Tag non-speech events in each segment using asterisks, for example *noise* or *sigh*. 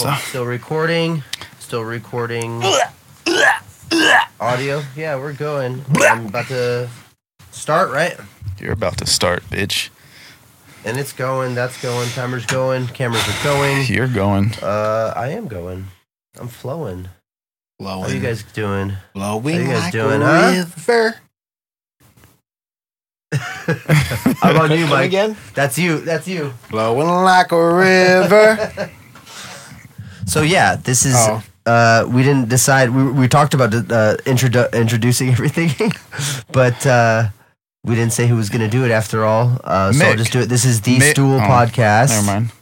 Cool. Oh, Still recording. Still recording. Audio. Yeah, we're going. I'm about to start, right? You're about to start, bitch. And it's going. That's going. Timer's going. Cameras are *laughs* going. You're going. Uh, I am going. I'm flowing. How Blowing, you guys *laughs* doing? blowing how you guys like doing, a huh? river. I'm on you, Come Mike. again? That's you. That's you. Blowing like a river. So yeah, this is. Oh. Uh, we didn't decide. We, we talked about uh, introdu- introducing *laughs* everything, but uh, we didn't say who was going to do it after all. Uh, so I'll Mick. just do it. This is the Mi- Stool oh, Podcast. Never mind.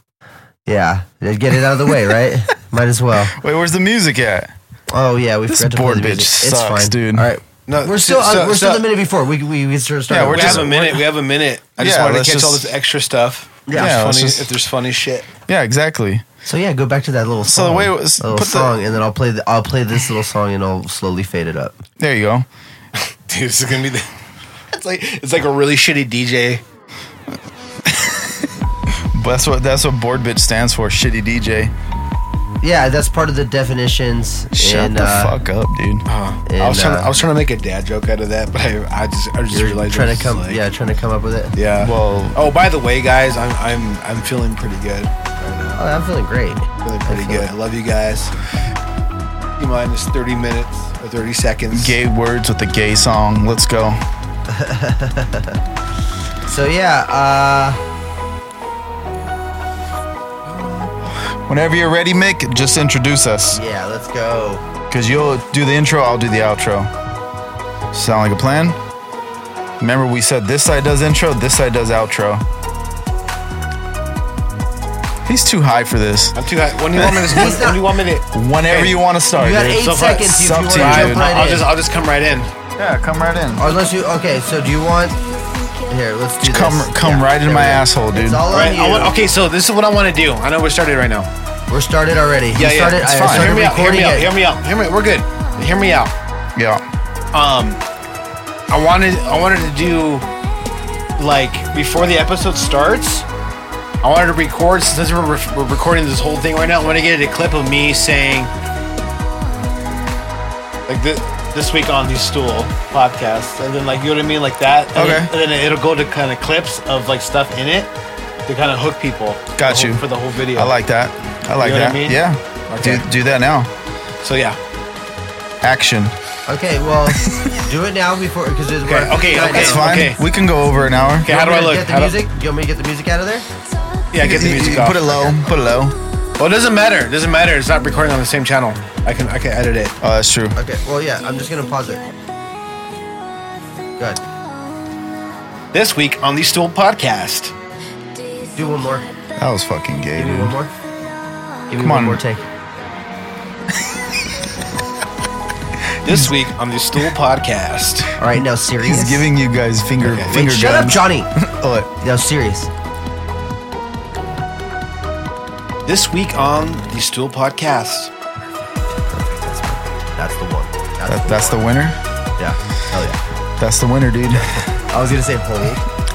Yeah, get it out of the way, right? Might as well. Wait, where's the music at? Oh yeah, we This forgot to play board the bitch music. It's sucks, fine. dude. All right, *laughs* No, we're still uh, we're still the minute before. We we we sort of started. Yeah, we're We just- have a minute. We have a minute. I just Yeah, wanted to let's catch all just- this extra stuff. If Yeah. there's Yeah, let's funny, just- if there's funny shit. Yeah, exactly. so yeah, go back to that little So song. the way it was- little put the- song, and then I'll play the, I'll play this little song, and I'll slowly fade it up. There you go. *laughs* Dude, this is gonna be the. *laughs* It's like it's like a really shitty DJ. But that's what that's what board bitch stands for. Shitty DJ. Yeah, that's part of the definitions. Shut and, the uh, fuck up, dude. I And, was trying. uh, I was trying to make a dad joke out of that, but I, I just I just You're realized it trying was to come, like- yeah, trying to come up with it. yeah. Well- oh, by the way, guys, I'm I'm I'm feeling pretty good. Oh, I'm feeling great. Feeling pretty I feel good. I it. love you guys. You minus 30 minutes or 30 seconds. Gay words with the gay song. Let's go. So yeah, uh, Whenever you're ready, Mick, just introduce us. yeah, let's go. Cause you'll do the intro, I'll do the outro. Sound like a plan? Remember we said this side does intro, this side does outro. He's too high for this. I'm too high. When do you want *laughs* me to? When, when do you want me to? Whenever Hey, you want to start. You got dude. eight so far, seconds if it's you up want to to you, jump dude. right I'll in. just I'll just come right in. Yeah, come right in. Or unless you okay, so do you want here? Let's do Come- this. come right in there my we go. asshole, dude. It's all on All right. you. I want- okay, so this is what I want to do. I know we're started right now. We're started already. You Yeah, started, yeah. It's I fine. started Hear me out. Hear recording me out. it. Hear me out. Hear me. We're good. Hear me out. Yeah. Um, I wanted I wanted to do like before the episode starts. I wanted to record since we're, re- we're recording this whole thing right now. I want to get a clip of me saying like this, this week on the stool podcast, and then like you know what I mean, like that. And Okay. Then, and then it'll go to kind of clips of like stuff in it to kind of hook people. Got the whole- you. for the whole video. I like that. I like You know what that. I mean? Yeah. Okay. Do, do that now. So yeah. Action. Okay, *laughs* well, do it now before because it's Okay, okay, okay. That's fine. okay. We can go over an hour. Okay. How do I look? Get the How do- music. Do you want me to get the music out of there? Yeah. Get the You- you- music you off. Put it low. Put it low. Well, it doesn't matter. It doesn't matter. It's not recording on the same channel. I can I can edit it. Oh, that's true. Okay. Well, yeah. I'm just gonna pause it. Good. This week on the Stool Podcast. Do one more. That was fucking gay, Give me one dude. more. Give me Come one on. more take. This week on the Stool Podcast. All right, now serious. He's giving you guys finger Okay. Wait, finger shut up, guns. *laughs* Johnny. Oh, Now serious. This week on the Stool Podcast. That's the one. That's, that, the, that's the winner. one. yeah. Hell yeah. That's the winner, *laughs* dude. I was gonna say hold,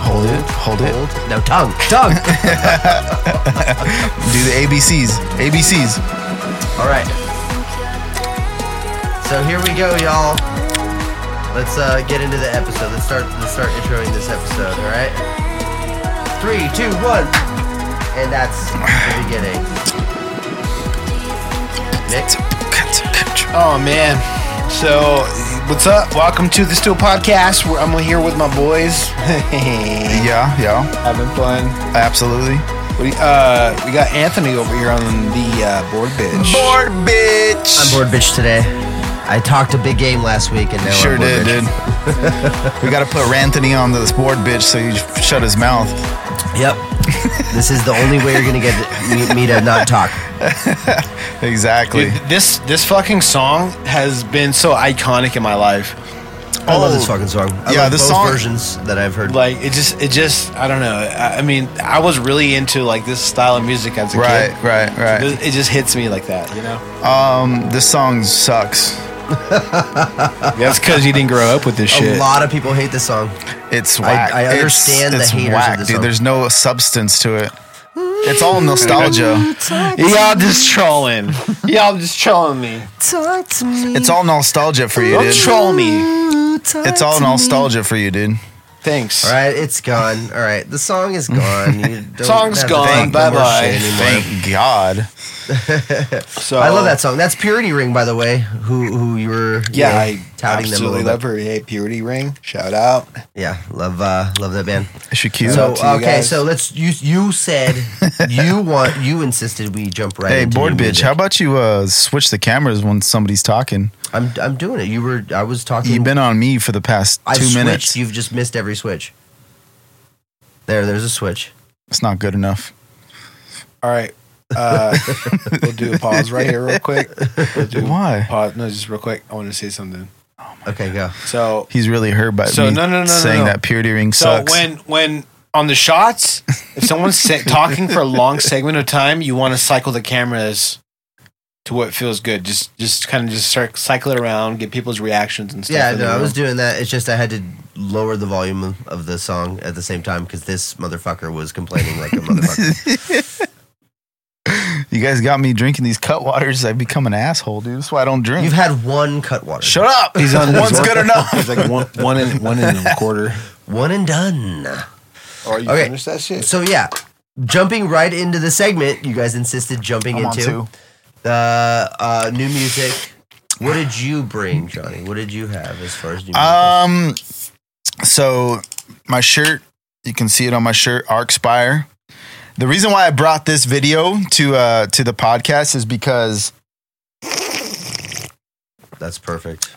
Hold it. Hold it. hold. No tongue, tongue. Do the ABCs. ABCs. All right. So here we go, y'all. Let's uh, get into the episode. Let's start. Let's start introing this episode. All right. Three, two, one, and that's the beginning. Nick, Oh man. So what's up? Welcome to the Stool Podcast. Where I'm here with my boys. *laughs* Having Yeah, yeah. fun. Absolutely. We uh we got Anthony over here on the uh, board bitch. Board bitch. I'm bored, bitch. Today, I talked a big game last week, and now Sure I'm bored, did, bitch. dude. we gotta put Ranthony on this board, bitch, so you shut his mouth. Yep. this is the only way you're gonna get me, me to not talk. Exactly. Dude, this this fucking song has been so iconic in my life. I love Oh. this fucking song. I Yeah, love this both song- versions that I've heard. like it just it just i don't know i, I mean i was really into like this style of music as a Right, kid right, right. It- it just hits me like that you know Um, this song sucks. that's because you didn't grow up with this shit A lot of people hate this song. It's whack. I It's- understand the it's haters of whack, this dude. song. There's no substance to it. It's all nostalgia. Y'all just trolling. *laughs* Y'all just trolling me. Talk to me. It's all nostalgia for you, Don't dude. troll me. It's all nostalgia for you, dude. Thanks. All right, it's gone. All right, the song is gone. *laughs* You don't Song's have to gone. think no more Bye-bye. shit anymore. Thank God. So I love that song. That's Purity Ring, by the way. Who who you were? you Yeah, know, I touting them a absolutely little love bit. her. Hey, Purity Ring. Shout out. Yeah, love uh, love that band. Is she cute? So out to you okay, guys. so let's you you said *laughs* you want you insisted we jump right. hey, into bored new bitch, music. how about you uh, switch the cameras when somebody's talking? I'm I'm doing it. You were I was talking. You've been on me for the past I've two switched. minutes. You've just missed every switch. There, there's a switch. It's not good enough. All right. Uh, we'll do a pause right here, real quick. We'll do Why? Pause. No, just real quick. I want to say something. Okay, go. So, He's really hurt by So, me no, no, no, no, saying no. that purity ring so sucks. when when on the shots, if someone's *laughs* se- talking for a long segment of time, you want to cycle the cameras to what feels good. Just just kind of just start, cycle it around, get people's reactions and stuff. Yeah, in no, the I was *laughs* room. doing that. It's just I had to lower the volume of- of the song at the same time because this motherfucker was complaining like a motherfucker. *laughs* you guys got me drinking these cut waters, I become an asshole, dude. That's why I don't drink. You've had one cut water. *laughs* Shut up. *laughs* He's on One's he's good *laughs* enough. It's like one one and one and a quarter. One and done. Or Oh, you Okay. finish that shit. So yeah, jumping right into the segment you guys insisted jumping I'm on into two. the uh, new music. What did you bring, Johnny? What did you have as far as new music? Um, so my shirt, you can see it on my shirt, Arcspire. The reason why I brought this video to uh to the podcast is because That's perfect.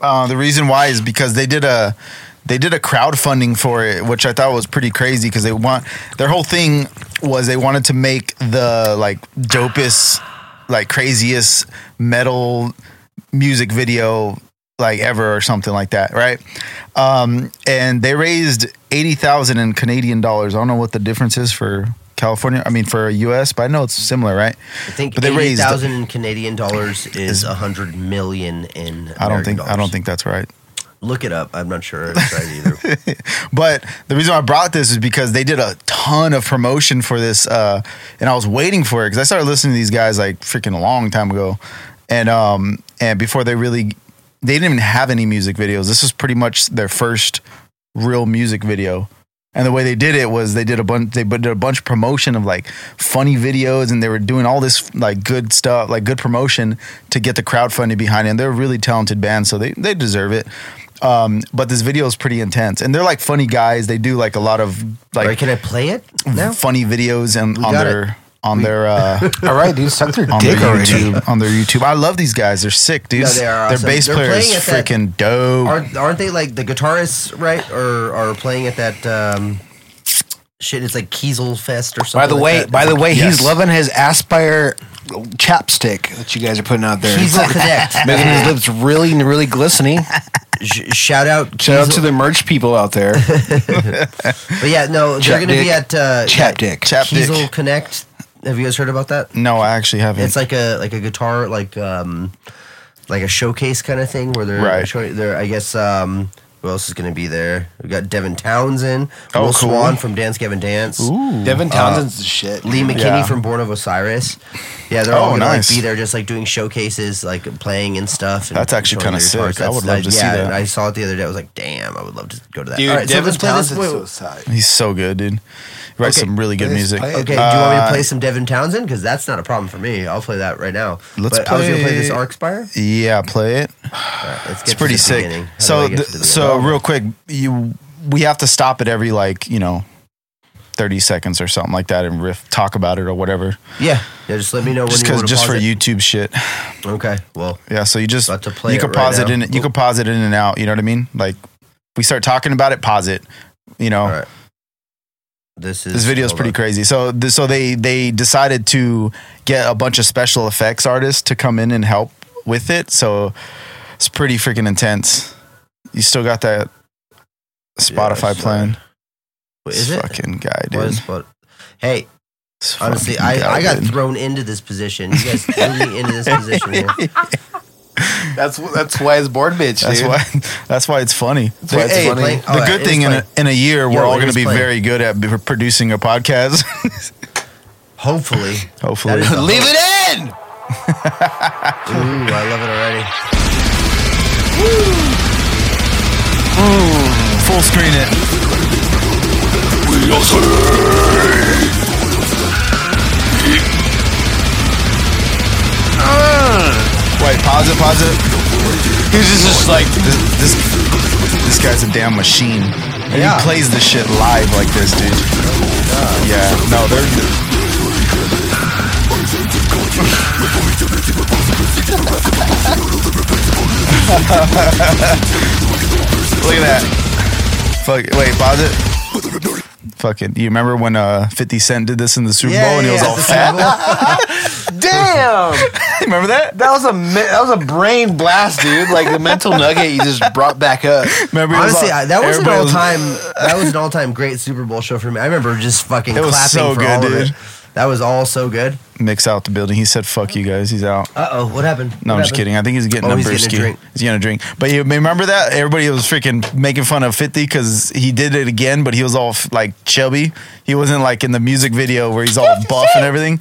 uh, the reason why is because they did a they did a crowdfunding for it, which I thought was pretty crazy because they want their whole thing was they wanted to make the like dopest, like craziest metal music video like ever or something like that, right? Um, and they raised eighty thousand in Canadian dollars. I don't know what the difference is for California. I mean for U.S., but I know it's similar, right? I think But they eighty raised- thousand in Canadian dollars is a hundred million in. I don't American think I dollars. don't think that's right. Look it up. I'm not sure it's right *laughs* either. But the reason why I brought this is because they did a ton of promotion for this, uh, and I was waiting for it because I started listening to these guys like freaking a long time ago, and um, and before they really, they didn't even have any music videos. This was pretty much their first real music video. And the way they did it was they did a bunch they did a bunch of promotion of like funny videos and they were doing all this like good stuff, like good promotion to get the crowdfunding behind it. And they're a really talented band, so they they deserve it. Um, but this video is pretty intense. And they're like funny guys. They do like a lot of All right, like can I play it now? funny videos and on got their *laughs* on their uh All right, dude, suck their on their YouTube. On their YouTube. I love these guys. They're sick, dude. No, they are Their awesome. bass They're player is playing at that- freaking dope. Aren't, aren't they like the guitarists, right? Or are playing at that um, shit? It's like Kiesel Fest or something. By the like way, that. by the way, Yes. he's loving his Aspire chapstick that you guys are putting out there. Kiesel *laughs* Connect. Making his lips really, really glistening. Sh- shout out, Shout out Kiesel- to the merch people out *laughs* there. But yeah, no, they're Chap going to be dick. at uh, Chapdick. Chap dick. Kiesel Connect. Have you guys heard about Mm-hmm. that? No, I actually haven't. It's like a like a guitar like um like a showcase kind of thing where they're Right. showing they're I guess um who else is going to be there? We got Devin Townsend, Oh, Will cool. Swan from Dance Gavin Dance, Devin Townsend's the shit. Lee McKinney Yeah. from Born of Osiris. Yeah, they're Oh, all going nice. to like be there, just like doing showcases, like playing and stuff. and That's actually showing kinda their guitars. sick. I would That's- love to see yeah, that. and I saw it the other day. I was like, damn, I would love to go to that. Dude, all right, so Devin let's play this. Townsend's wait, so side. He's so good, dude. He writes Okay, some really good let's music. play it. Okay, do you want me to Uh, play some Devin Townsend? Because that's not a problem for me. I'll play that right now. Let's but I was going to play this play- Arkspire. Yeah, play it. Let's get It's to pretty the sick. beginning. How do I get So, th- to the so beginning? real quick, you we have to stop at every like you know, thirty seconds or something like that, and riff talk about it or whatever. yeah, yeah. Just let me know when Just you because, want to just pause it. for YouTube shit. Okay. Well, Yeah, so you just About to play you it could right pause it now. in, you could pause it in and out. You know what I mean? Like we start talking about it, pause it. You know, all right. This is Oh. this video is hold pretty on. crazy. So, th- so they they decided to get a bunch of special effects artists to come in and help with it. So it's pretty freaking intense. You still got that Spotify it's, uh, playing? Wait, Is This it? fucking guy, dude. What is- what- Hey, This honestly, fucking I, guy, I got dude. thrown into this position. You guys threw me into this position. *laughs* Here. That's that's why it's board bitch. That's why. *laughs* That's why it's funny. why it's Hey, funny. playing- The all right, good it's thing in playing. a, in a year Yo, we're all it going is to be playing. very good at b- producing a podcast. *laughs* Hopefully. Hopefully. That is the hope. *laughs* Leave it in. Ooh, I love it already. Full screen it. Wait, pause it, pause it. He's just, just like This, this, this guy's a damn machine. And Yeah. he plays this shit live like this, dude. Yeah, no, they're. *laughs* Look at that. Fuck, wait, pause it. Fucking, you remember when uh, 50 Cent did this in the Super Bowl and he was all fat? damn. remember that? That was a me- that was a brain blast, dude. Like the mental nugget you just brought back up. Remember he was Honestly, all- I, that was an everybody all time. That was an all time great Super Bowl show for me. I remember just fucking It was clapping so for good, all of dude. it. That was all so good. mix out the building. He said, "Fuck you guys." He's out. Uh oh, what happened? No, What I'm just happened? kidding. I think he's getting Oh, a he's getting a brewski. drink. He's getting a drink. But you remember that everybody was freaking making fun of Fifty because he did it again, but he was all f- like chubby. He wasn't like in the music video where he's all buff and everything.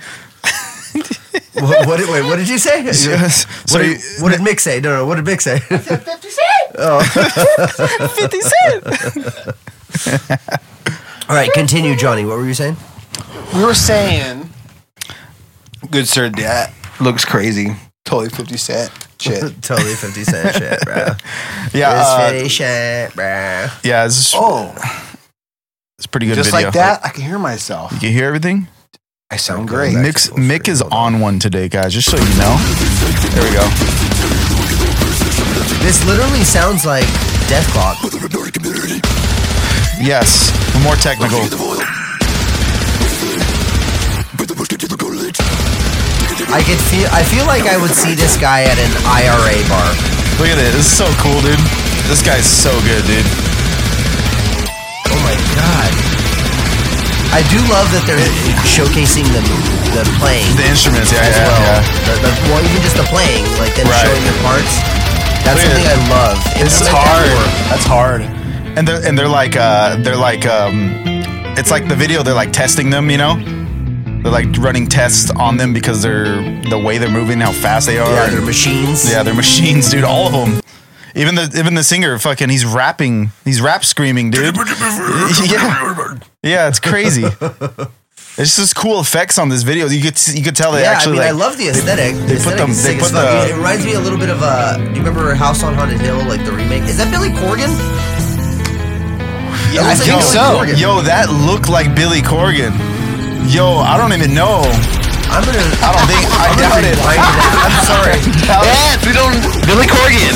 What, what, did- wait, what did you say? Yes. What, *laughs* So did, you- what did Mick say? No, no, what did Mick say? *laughs* *laughs* Oh. *laughs* Fifty Cent. all right, continue, Johnny. What were you saying? *laughs* We were saying, good sir, that looks crazy. Totally fifty cent *laughs* shit. totally 50 Cent shit, bro. Yeah, *laughs* This uh, 50 shit, bro. yeah. It's, Oh, it's a pretty good. just video. like that, I can hear myself. You hear everything? I sound great. Nick- Mick's, full Mick screen. is on one today, guys. Just so you know. There we go. This literally sounds like Death Clock. Yes, more technical. I could feel. I feel like I would see this guy at an IRA bar. Look at it. This is so cool, dude. This guy's so good, dude. Oh my god. I do love that they're showcasing the the playing The instruments, yeah, as yeah, well. yeah. The, the, well, even just the playing, like them Right. showing their parts. That's Look at something I it. love. This is Implement hard. that more. That's hard. And they're and they're like uh they're like um it's like the video they're like testing them, you know? They're like running tests on them because they're the way they're moving, how fast they are. Yeah, and- they're machines. yeah, they're machines, dude. All of them. Even the even the singer, fucking, he's rapping. He's rap screaming, dude. *laughs* yeah. yeah, *laughs* it's crazy. It's just cool effects on this video. You could you could tell they Yeah, actually I mean, like I love the aesthetic. they The put aesthetic them- is they sick as put fuck. the- It reminds me a little bit of uh, do you remember House on Haunted Hill, like the remake? Is that Billy Corgan? Yeah, I think so. Corgan. Yo, that looked like Billy Corgan. Yo, I don't even know. I'm gonna. I don't think I I'm doubt gonna it. *laughs* rewind that. I'm sorry. Yes, we don't. Billy Corgan.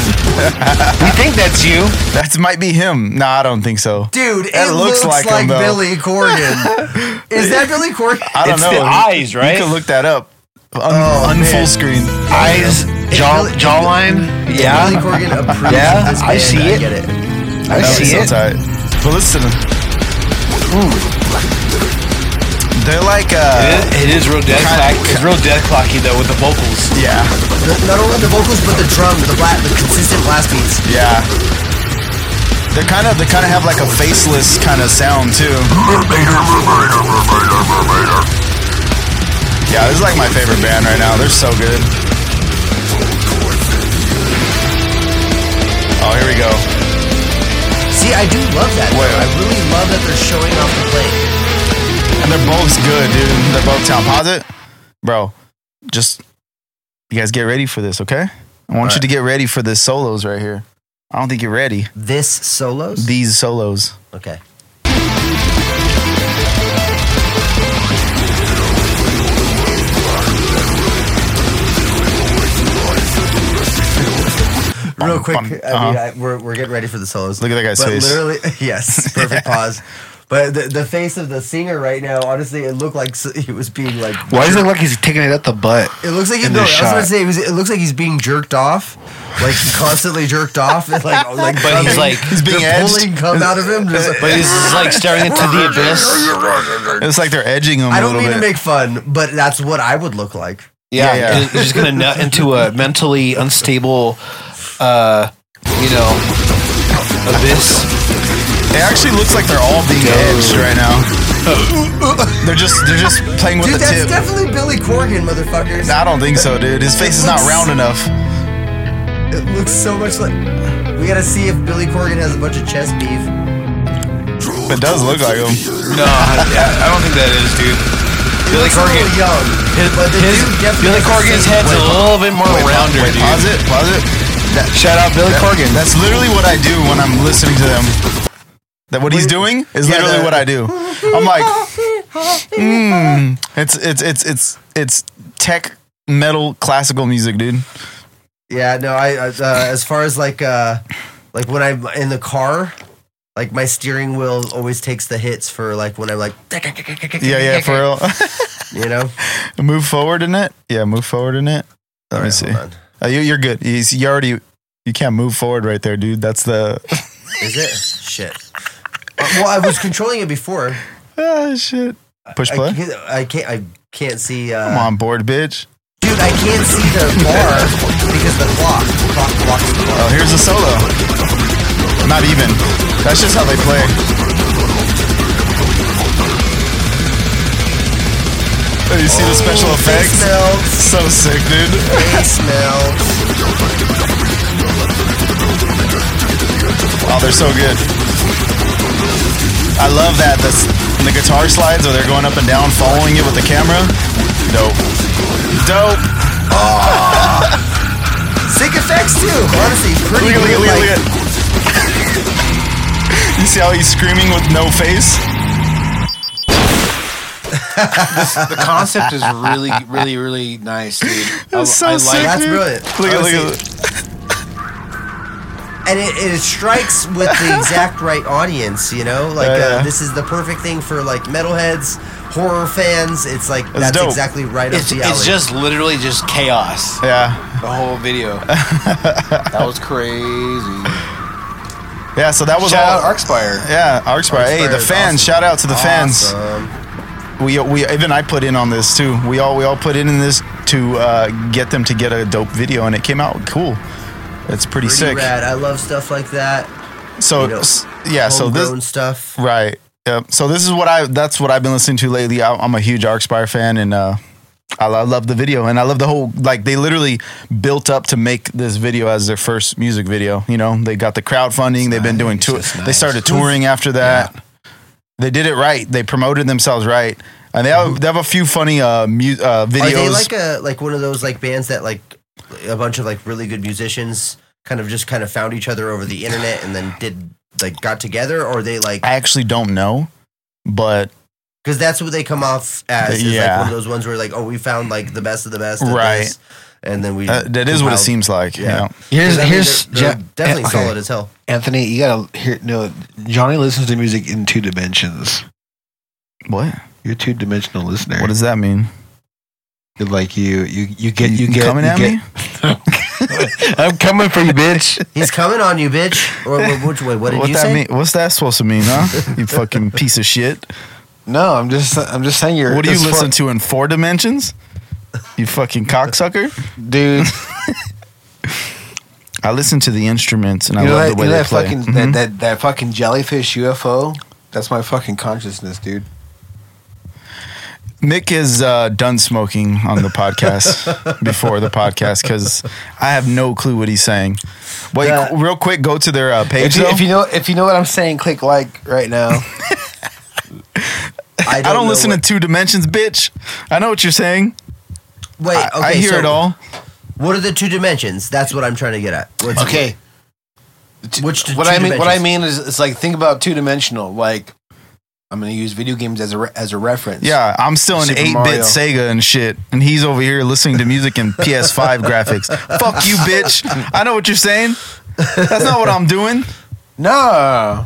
we think that's you. That might be him. Nah, I don't think so. Dude, it That looks, looks like like, him, though. Billy Corgan. is that Billy Corgan? I don't It's know. the You- eyes, right? You can look that up. Un, Oh, un- man. full screen. Eyes, jaw, Billy- jawline. Billy Yeah, Corgan approves Yeah, of this I band. see I it. get it. I That was see so it. tight. But listen. They're like uh It- It is real death Kinda- clock. It's real death clocky though with the vocals. yeah. The- Not only the vocals, but the drums, the bla- the consistent blast beats. Yeah. They're kind of they kind of have like a faceless kind of sound too. Yeah, this is like my favorite band right now. They're so good. Oh, here we go. See, I do love that. Wait, though. I wait. really love that they're showing off the plate. And they're both good, dude. They're both town. Pause it, bro. Just you guys get ready for this, okay? I want you to get ready for this solos right here. I don't think you're ready. This solos. These solos. okay. Real quick, I mean, Uh-huh. I, we're, we're getting ready for the solos. Look at that guy's but face. Literally, *laughs* yes, perfect pause. But the, the face of the singer right now, honestly, it looked like s- he was being like. Why does it look like he's taking it up the butt? It looks like he, in no, I this was about to shot? say it, was, it looks like he's being jerked off, like constantly jerked off, *laughs* and like like. But he's coming- like- he's being they're edged. pulling cum out of him. just- But he's just, like staring into the abyss. It's like they're edging them. I a don't little mean bit. to make fun, but that's what I would look like. Yeah, Yeah, yeah. He's, he's just gonna nut into a mentally unstable, uh, you know, abyss. It actually looks like they're all being edged right now. they're just they're just playing with Dude, the that's tip. definitely Billy Corgan, motherfuckers. I don't think so, dude. His face is not looks- round enough. It looks so much like. We gotta see if Billy Corgan has a bunch of chest beef. It does look like him. No, yeah, I don't think that is, dude. Billy Looks a little Corgan. young, but the His, dude definitely has Billy the Corgan's same- head's Wait, a little bit more rounder, wait, dude. pause it, pause it. That, Shout out Billy that- Corgan. That's literally what I do when I'm listening to them. That what he's doing is Yeah, literally that- what I do. I'm like, mm, it's it's it's it's it's tech metal classical music, dude. Yeah, no, I I, uh, as far as like uh like when I'm in the car, like my steering wheel always takes the hits for like when I'm like Yeah, yeah, for real. *laughs* you know. move forward in it. Yeah, move forward in it. Let me see. Hold on. Uh, you, you're good. You, see, you already you can't move forward right there, dude. That's the *laughs* Is it shit? Uh, Well, I was controlling it before. ah, shit. Push I play. can't. I can't. I can't see. Uh, I'm on board, bitch. Dude, I can't see the bar because the clock. The clock blocks the bar. Oh, here's a solo. Not even. That's just how they play. Oh, you see the special Ooh, effects? Face melts. So sick, dude. Face melts. Oh, they're so good. I love that. That's the guitar slides, or they're going up and down, following it with the camera. Dope. Dope. Sick effects too. Honestly, pretty Look at, look at, good. look at, look Like, at. *laughs* You see how he's screaming with no face? the concept is really, really, really nice, dude. That's so sick. That's dude. brilliant. Look at, look Honestly, at. and it, it strikes with the exact right audience, you know. Like Yeah, yeah. Uh, this is the perfect thing for like metalheads, horror fans. It's like that's, dope. exactly right It's, up the alley. it's just literally just chaos. Yeah. The whole video. that was crazy. Yeah, so that was Shout all. out Arcspire. yeah, Arcspire. Hey, Arcspire the is fans. awesome. Shout out to the Awesome. fans. We we even I put in on this too. We all we all put in in this to uh, get them to get a dope video, and it came out cool. It's pretty, Pretty sick. rad. I love stuff like that. So you know, s- yeah, so this Homegrown stuff. right. Yep. So this is what I that's what I've been listening to lately. I, I'm a huge Arcspire fan, and uh, I, lo- I love the video, and I love the whole like they literally built up to make this video as their first music video. You know, they got the crowdfunding. They've been doing nice. tour. That's They nice. started touring after that. They did it right. They promoted themselves right, and they Mm-hmm. have, they have a few funny uh, mu- uh videos. Are they like a like one of those like bands that like a bunch of like really good musicians kind of just kind of found each other over the internet and then did like got together or they like I actually don't know, but because that's what they come off as. Is like Yeah. one of those ones where like, oh, we found like the best of the best, at Right. this, and then we uh, that is what compiled- it seems like. Yeah. Yeah. I Here's mean, here's they're- they're Jo- definitely okay. solid as hell. Anthony, you gotta hear no Johnny listens to music in two dimensions. What? You're a two dimensional listener. What does that mean? like you you you get you, You get coming you at get- me? *laughs* I'm coming for you, bitch. He's coming on you, bitch. Or wh- which way? What did what you that say? mean? What's that supposed to mean, huh? *laughs* you fucking piece of shit. *laughs* No, I'm just I'm just saying you're. What do you as far- listen to in four dimensions? You fucking cocksucker. dude? I listen to the instruments and *laughs* I You know love that, the way you know they that play. fucking Mhm. that, that that fucking jellyfish UFO. That's my fucking consciousness, dude. *laughs* Mick is uh, done smoking on the *laughs* podcast before the podcast because I have no clue what he's saying. Wait, Yeah. qu- real quick, go to their uh, page. If you, though. if you know if you know what I'm saying, click like *laughs* right now. I don't, know listen what- to two dimensions, bitch. I know what you're saying. Wait, I, okay, I hear so it all. What are the two dimensions? That's what I'm trying to get at. What's- okay. Which t- what two I mean what I dimensions? mean is it's like think about two dimensional. Like I'm gonna use video games as a re- as a reference. Yeah, I'm still in Super 8 Mario. bit Sega and shit, and he's over here listening to music *laughs* in PS5 graphics. Fuck you, bitch. I know what you're saying. That's not what I'm doing. No.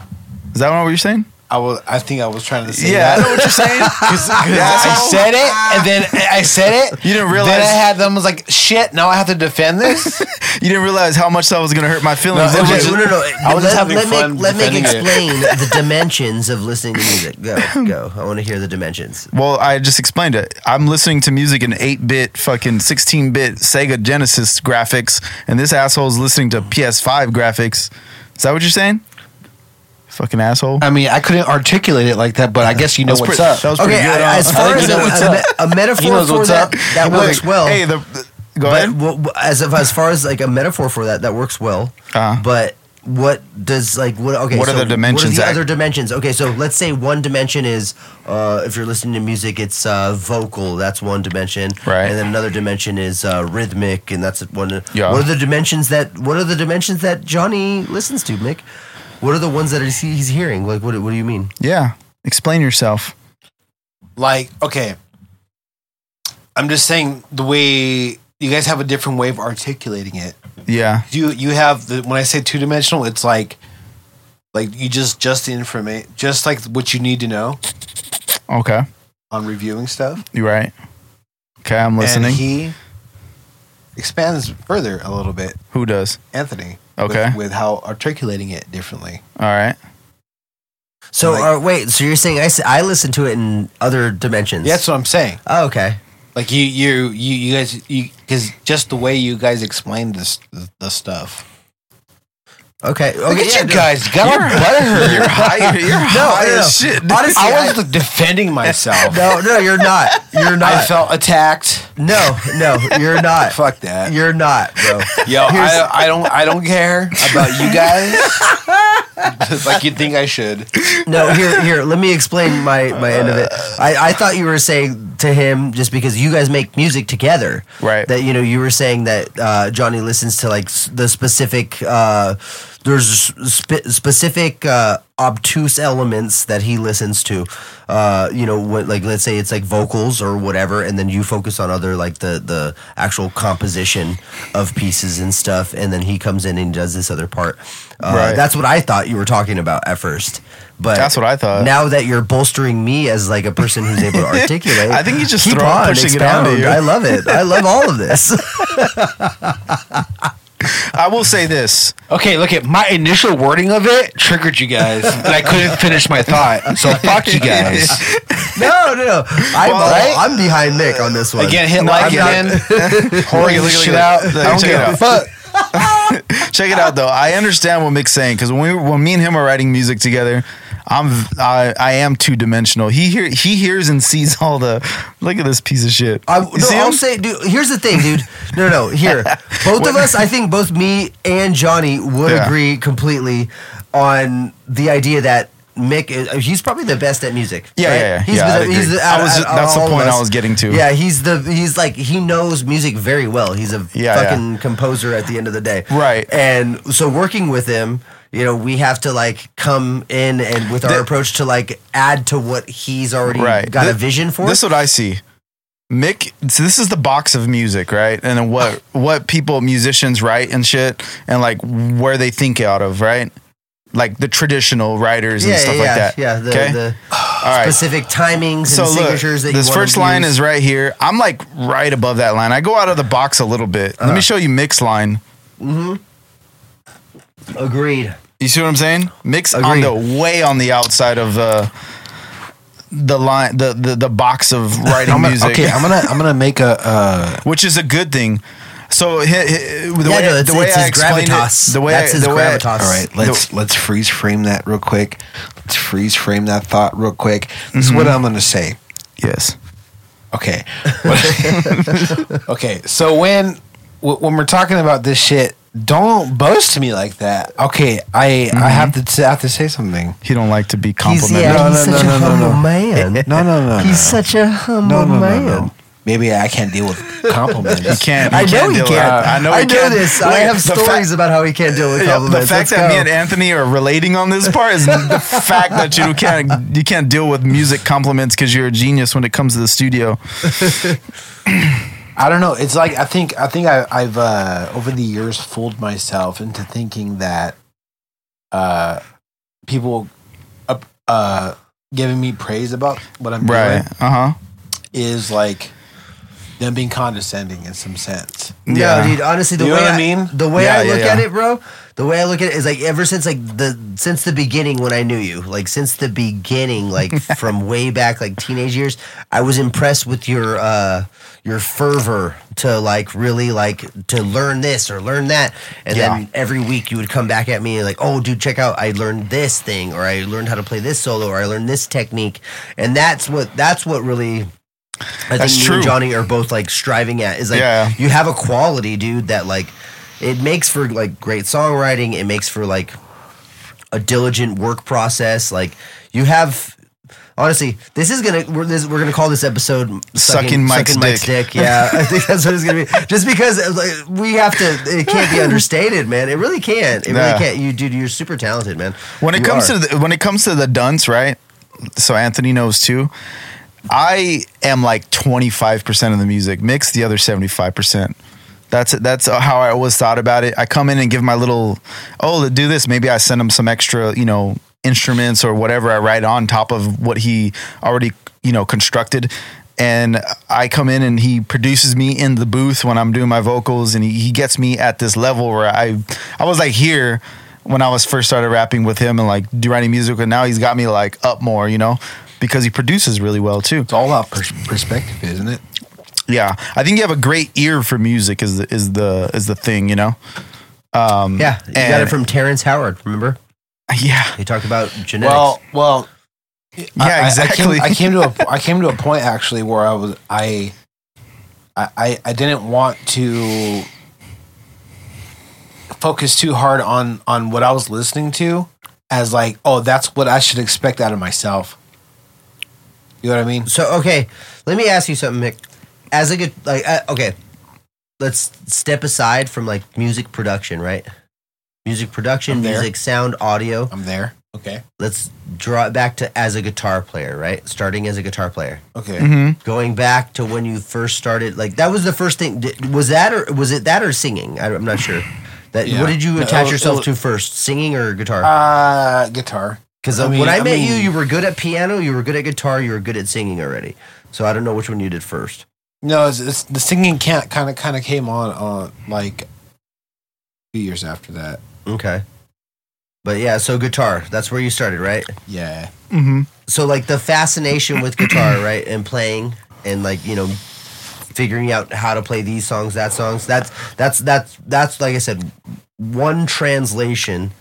Is that what you're saying? I was. I think I was trying to say. Yeah, I that. know what you're *laughs* saying. I Asshole. said it, and then I said it. You didn't realize- Then I had them. Was like, shit. Now I have to *laughs* defend this. you didn't realize how much that was gonna hurt my feelings. No, it did Okay, you? no, no, no. I was let, just having let fun Make, let me defending it. explain the dimensions of listening to music. Go, go. I want to hear the dimensions. well, I just explained it. I'm listening to music in 8 bit, fucking 16 bit Sega Genesis graphics, and this asshole's listening to PS5 graphics. Is that what you're saying? Fucking asshole. I mean, I couldn't articulate it like that, but I guess you know That was what's pretty- up. that was Okay, pretty good, I- huh? as I far think as you a, know what's a, up. a He metaphor knows for what's that, up. that He was works like, well. Hey, the, the- go but ahead. w- w- as of, as far as like a metaphor for that, that works well. Uh-huh. But what does like what? Okay, What are so the What dimensions, are Zach? the other dimensions? Okay, so let's say one dimension is uh, if you're listening to music, it's uh, vocal. That's one dimension, Right. And then another dimension is uh, rhythmic, and that's one. Yeah. What are the dimensions that? What are the dimensions that Johnny listens to, Mick? What are the ones that he's he's hearing? Like, what, what do you mean? Yeah. Explain yourself. like okay i'm just saying the way you guys have a different way of articulating it Yeah. you you have the when i say two-dimensional it's like like you just just the information just like what you need to know Okay. on reviewing stuff You're right. Okay, I'm listening. and he expands further a little bit Who does? anthony with- Okay. with, how articulating it differently All *laughs* right. So Like- uh, wait, so you're saying I, s- I listen to it in other dimensions? yeah, that's what i'm saying Oh, okay. like you you you, you guys you because just the way you guys explain this the stuff Okay. Okay. Look at yeah, you no. guys got all butthurt. You're high. *laughs* You're high no, as shit. dude. Honestly, I I *laughs* was defending *laughs* myself. no, no, you're not. You're not. I felt attacked. no, no, you're not. Fuck that. You're not, bro. Yo, I, I don't I don't care about you guys. *laughs* Just like you think I should. No, here, here. Let me explain my my end of it. I, I thought you were saying to him just because you guys make music together, Right. That you know you were saying that uh, Johnny listens to like s- the specific. Uh, there's spe- specific uh, obtuse elements that he listens to. Uh, you know, what, like let's say it's like vocals or whatever, and then you focus on other like the the actual composition of pieces and stuff, and then he comes in and does this other part. Uh, Right. That's what I thought you were talking about at first, but That's what I thought. now that you're bolstering me as like a person who's *laughs* able to articulate, I think you just keep throw- on, pushing it expound. onto you. I love it. I love all of *laughs* this. *laughs* I will say this. Okay, look at my initial wording of it triggered you guys, and I couldn't finish my thought. So fuck you *laughs* guys. no, no, no. I'm, Well, right? I'm behind Nick on this one. Again, hit like I'm *laughs* again. not- Pouring Look at- look this at- look at- look at- shit out. I don't check it give a out. fuck. Check it out though. I understand what Mick's saying because when we, when me and him are writing music together, I'm v- I, I am two dimensional. He hear he hears and sees all the. Look at this piece of shit. I, You no, see I'll him? say, dude. Here's the thing, dude. No, no, no, *laughs* here. Both of us, I think, both me and Johnny would Yeah. agree completely on the idea that Mick, is, uh, he's probably the best at music. Yeah, yeah, yeah. He's Yeah, the, I'd he's agree. the, I out- was- out- out that's the all of point I us. was getting to. Yeah, he's the he's like he knows music very well. He's a Yeah, fucking composer at the end of the day. Right. And so working with him. You know, we have to like come in and with our The- approach to like add to what he's already right. got a Thi- vision for. This is what I see. Mick, so this is the box of music, right? And *sighs* then what what people musicians write and shit, and like where they think out of, right? Like the traditional writers and stuff yeah, like that. Yeah, the, okay? the All right. specific timings and signatures that you this wanna first line use. is right here. I'm like right above that line. I go out of the box a little bit. Let Uh. me show you Mick's line. agreed. You see what I'm saying? Mick's Agreed. on the way on the outside of uh, the line, the, the the box of *laughs* writing I'm gonna- music, okay, I'm gonna I'm gonna make a uh, which is a good thing. So hi hi- the Yeah, way no, it's- the way it's I his explained gravitas. it, the way That's I, his the way I- gravitas. All right, let's let's freeze frame that real quick. Let's freeze frame that thought real quick. This is what Mm-hmm. I'm going to say. yes, Okay. *laughs* okay. So when wh- when we're talking about this shit, don't boast to me like that. Okay, Mm-hmm. I I have to t- I have to say something. he don't like to be He's, complimented. yeah, No, he's no, such no, a no, humble no. man. No, no, no. he's such a humble no, no, no, man. no. Maybe I can't *laughs* deal with compliments. You can't. I know can't he deal with can. that. I know. he can. this. Look, I have the fa- stories about how he can't deal with Yeah, compliments. the fact Let's go. that me and Anthony are relating on this part *laughs* is the fact that you can't you can't deal with music compliments because you're a genius when it comes to the studio. I don't know. It's like I think I think I, I've uh, over the years fooled myself into thinking that uh, people up uh, giving me praise about what I'm Right. Uh-huh. doing Uh huh. is like them being condescending in some sense. No, Yeah. dude. Honestly, the You know way what I I mean? the way Yeah, I yeah, look yeah. at it, bro. The way I look at it is like ever since like the since the beginning when I knew you, like since the beginning, *laughs* like from way back, like teenage years, I was impressed with your uh your fervor to like really like to learn this or learn that, and Yeah. then every week you would come back at me and like, oh, dude, check out, I learned this thing, or I learned how to play this solo, or I learned this technique, and that's what that's what really. I That's think you true. and Johnny are both like striving at is like Yeah. you have a quality, dude, that like it makes for like great songwriting. It makes for like a diligent work process. Like you have. Honestly, this is gonna we're, this, we're gonna call this episode Sucking Mike's dick. *laughs* Yeah, I think that's what it's gonna be. Just because uh, like, we have to, it can't be understated, man. It really can't. It Nah. really can't. You, dude, you're super talented, man. when it You comes are. to the, when it comes to the dunce, right? So Anthony knows too. I am like twenty five percent of the music. Mix the other seventy five percent. That's that's how I always thought about it. I come in and give my little oh let do this. Maybe I send him some extra you know instruments or whatever I write on top of what he already you know constructed. And I come in and he produces me in the booth when I'm doing my vocals, and he, he gets me at this level where I I was like here when I was first started rapping with him and like do writing music, and now he's got me like up more, you know, because he produces really well too. It's all about pers- perspective, isn't it? Yeah, I think you have a great ear for music is the, is the is the thing, you know. yeah, you got and- it from Terrence Howard. Remember, *laughs* Yeah, he talked about genetics. Well, well, I- yeah, I- exactly. I, came, I came to a I came to a point actually where I was I I- I I didn't want to focus too hard on on what I was listening to as like oh that's what I should expect out of myself. You know what I mean? So okay, let me ask you something, Mick. As a good like uh, okay, let's step aside from like music production, right? Music production, I'm there. music, sound, audio. I'm there. Okay. Let's draw it back to as a guitar player, right? Starting as a guitar player, Okay. hmm going back to when you first started. Like that was the first thing. Did, was that or was it that or singing? I, I'm not sure. That Yeah. what did you No, attach it'll- yourself it'll- to first, singing or guitar? Uh guitar. Because I mean- when I, I met you, mean- you were good at piano, you were good at guitar, you were good at singing already. So I don't know which one you did first. No, it's, it's the singing can't kind of kind of came on on like two years after that. Okay. But yeah, so guitar, that's where you started, right? Yeah. hmm So like the fascination with guitar, right? And playing and like, you know, figuring out how to play these songs, that songs. That's that's that's that's like I said, one translation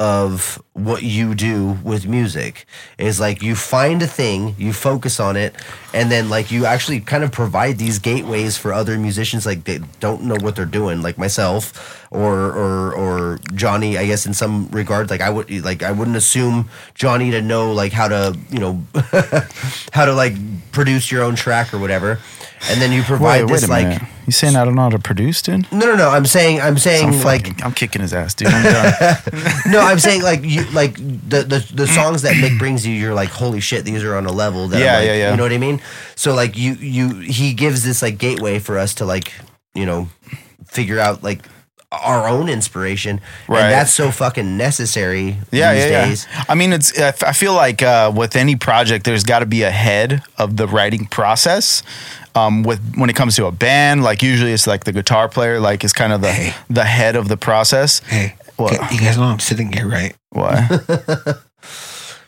of what you do with music is like you find a thing, you focus on it, and then like you actually kind of provide these gateways for other musicians like they don't know what they're doing, like myself or or or Johnny, I guess in some regard. Like I would like I wouldn't assume Johnny to know like how to, you know *laughs* how to like produce your own track or whatever. And then you Wait, provide wait this a like minute. You saying I don't know how to produce, dude? no no no, I'm saying I'm saying I'm Mm, like fucking- I'm kicking his ass, dude. I'm done. no, I'm saying like *laughs* you like the the, the songs that Mick brings you, you're like, holy shit, these are on a level that I'm Yeah, like- yeah, yeah. You know what I mean? So like you you he gives this like gateway for us to like you know figure out like our own inspiration, Right. and that's so fucking necessary yeah, *laughs* these yeah, days. yeah. I mean, it's. I f- I feel like uh, with any project, there's got to be a head of the writing process. Um, with when it comes to a band, like usually it's like the guitar player, like is kind of the Hey. the head of the process. Hey, What? you guys know I'm sitting here, *laughs* right? *laughs* What? What do you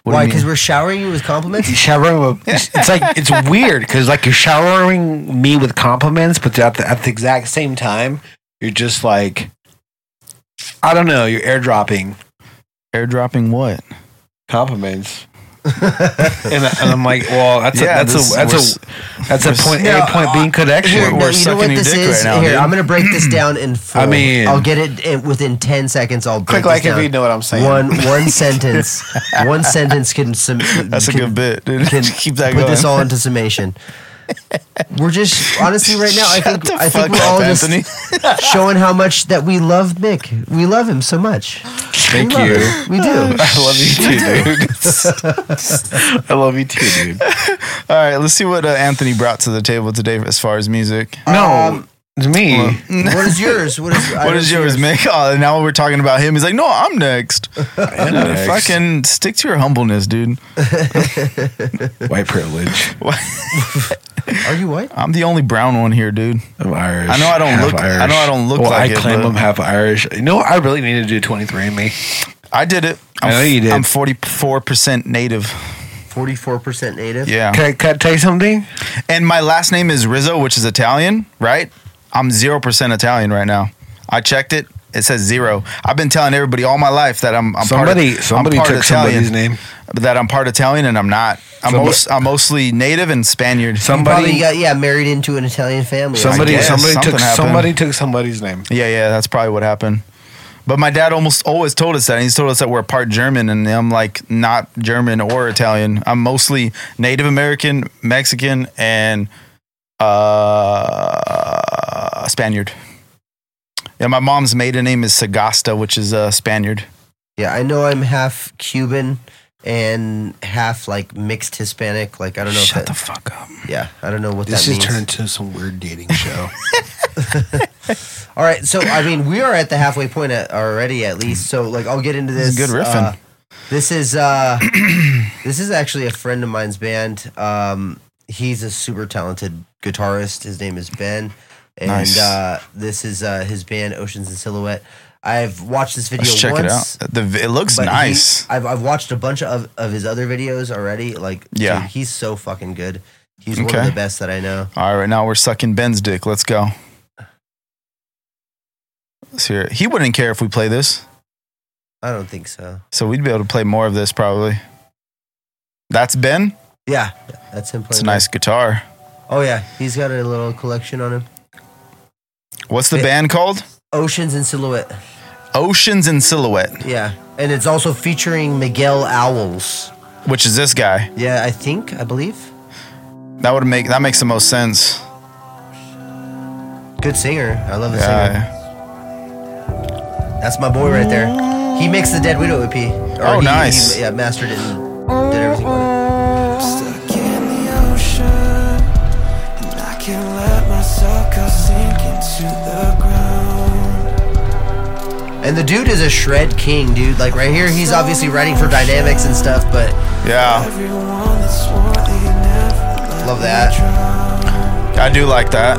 Why? mean? Because we're showering you with *laughs* compliments. You shower with- It's like it's weird because like you're showering me with compliments, but at the, at the exact same time, you're just like, I don't know, you're airdropping airdropping what? compliments, and, I, and I'm like, well, that's Yeah, a that's this- a that's a that's a we're- point No, A point B Here, We're- connection. we're no, you know sucking what your this dick is. right now, Here, dude. I'm gonna break *clears throat* this down in full. mean- I'll get it, it within ten seconds. I'll break Click this like if down. you know what I'm saying. one one *laughs* sentence. One sentence can sum. That's a can- good bit, dude. can *laughs* Keep that put going. this all into summation. We're just honestly right now. I *laughs* Shut think the I think fuck we're up, all *laughs* Anthony. *laughs* just showing how much that we love Mick. We love him so much. Thank We love him. We *laughs* do. I love you too, dude. I love you too, dude. All right, let's see what uh, Anthony brought to the table today as far as music. No, *laughs* it's me. Um, What is yours? What is I what don't is see yours, Mick? *laughs* Oh, and now we're talking about him. He's like, no, I'm next. *laughs* Dude, am next. Fucking stick to your humbleness, dude. White privilege. Why- Are you white? *laughs* I'm the only brown one here, dude. I'm Irish. I know I don't half look- I know I don't look well, like I it, claim but- I'm half Irish. You know, I really need to do 23andMe. I did it. I I'm, know you did. I'm 44% native. Forty-four percent native. Yeah. Can I, can I tell you something? And my last name is Rizzo, which is Italian, right? I'm 0% Italian right now. I checked it. It says zero. I've been telling everybody all my life that I'm, I'm Somebody, part of, somebody I'm part took Italian, somebody's name. That I'm part Italian and I'm not. I'm, Somebody- most, I'm mostly native and Spaniard. You probably Somebody, got yeah married into an Italian family. somebody, guess somebody took something happened. somebody took somebody's name. Yeah, yeah, that's probably what happened. But my dad almost always told us that. He's told us that we're part German, and I'm like not German or Italian. I'm mostly Native American, Mexican, and uh, Spaniard. Yeah, my mom's maiden name is Sagasta, which is uh, Spaniard. Yeah, I know I'm half Cuban and half like mixed Hispanic. Like I don't know. if that, fuck up. yeah, I don't know what This that has means. turned to some weird dating show. All right, so I mean, we are at the halfway point at, already, at least. So like, I'll get into This this. is good riffing. uh, this is uh, *clears throat* this is actually a friend of mine's band. Um, he's a super talented guitarist. His name is Ben, and Nice. uh, this is uh, his band Oceans and Silhouette. I've watched this video Let's check once. it out. The, v- it looks But he- nice. I've I've watched a bunch of of his other videos already. Like, Yeah. dude, he's so fucking good. He's one Okay. of the best that I know. All right, right now we're sucking Ben's dick. Let's go. Let's hear it. He wouldn't care if we play this. I don't think so. So we'd be able to play more of this probably. That's Ben. Yeah, that's him playing. It's a nice guitar. Oh yeah, he's got a little collection on him. What's the It- band called? Oceans and Silhouette. Oceans in Silhouette, Yeah, and it's also featuring Miguel Owls. which is this guy. Yeah, I think I believe. That would make that makes the most sense. Good singer. I love the singer. Yeah. That's my boy right there. He makes the Dead Widow EP. Or Oh, he- nice. He, yeah, mastered it and did everything on it. Stuck in the ocean, and I can't let myself go sink into the ground. And the dude is a shred king, dude. Like right here, he's obviously writing for Dynamics and stuff, but Yeah. Everyone that swore they never let Love me that. drown. I do like that.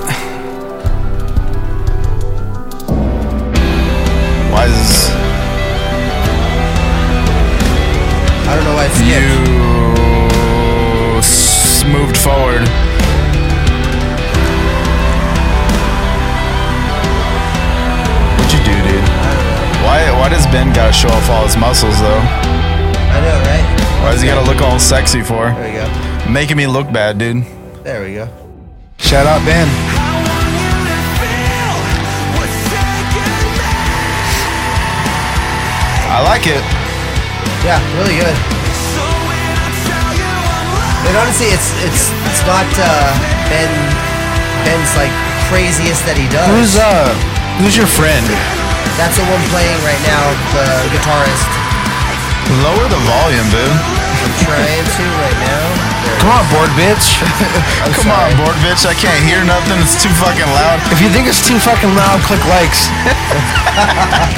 Why is this I don't know why it's skipped. you s- moved forward? What'd you do, dude? Why why does Ben gotta show off all his muscles though? I know, right? Why does he gotta look all sexy for? There we go. Making me look bad, dude. There we go. Shout out Ben. I want you to feel what's taking me. I like it. Yeah, really good. So when I tell you I'm loved, And honestly, it's it's it's not uh, Ben Ben's like craziest that he does. Who's uh? Who's your friend? That's the one playing right now, the guitarist. Lower the volume, dude. I'm trying to right now. There. Come on, board *laughs* bitch. Come on, board bitch. I can't hear nothing. It's too fucking loud. if you think it's too fucking loud, click *laughs* likes.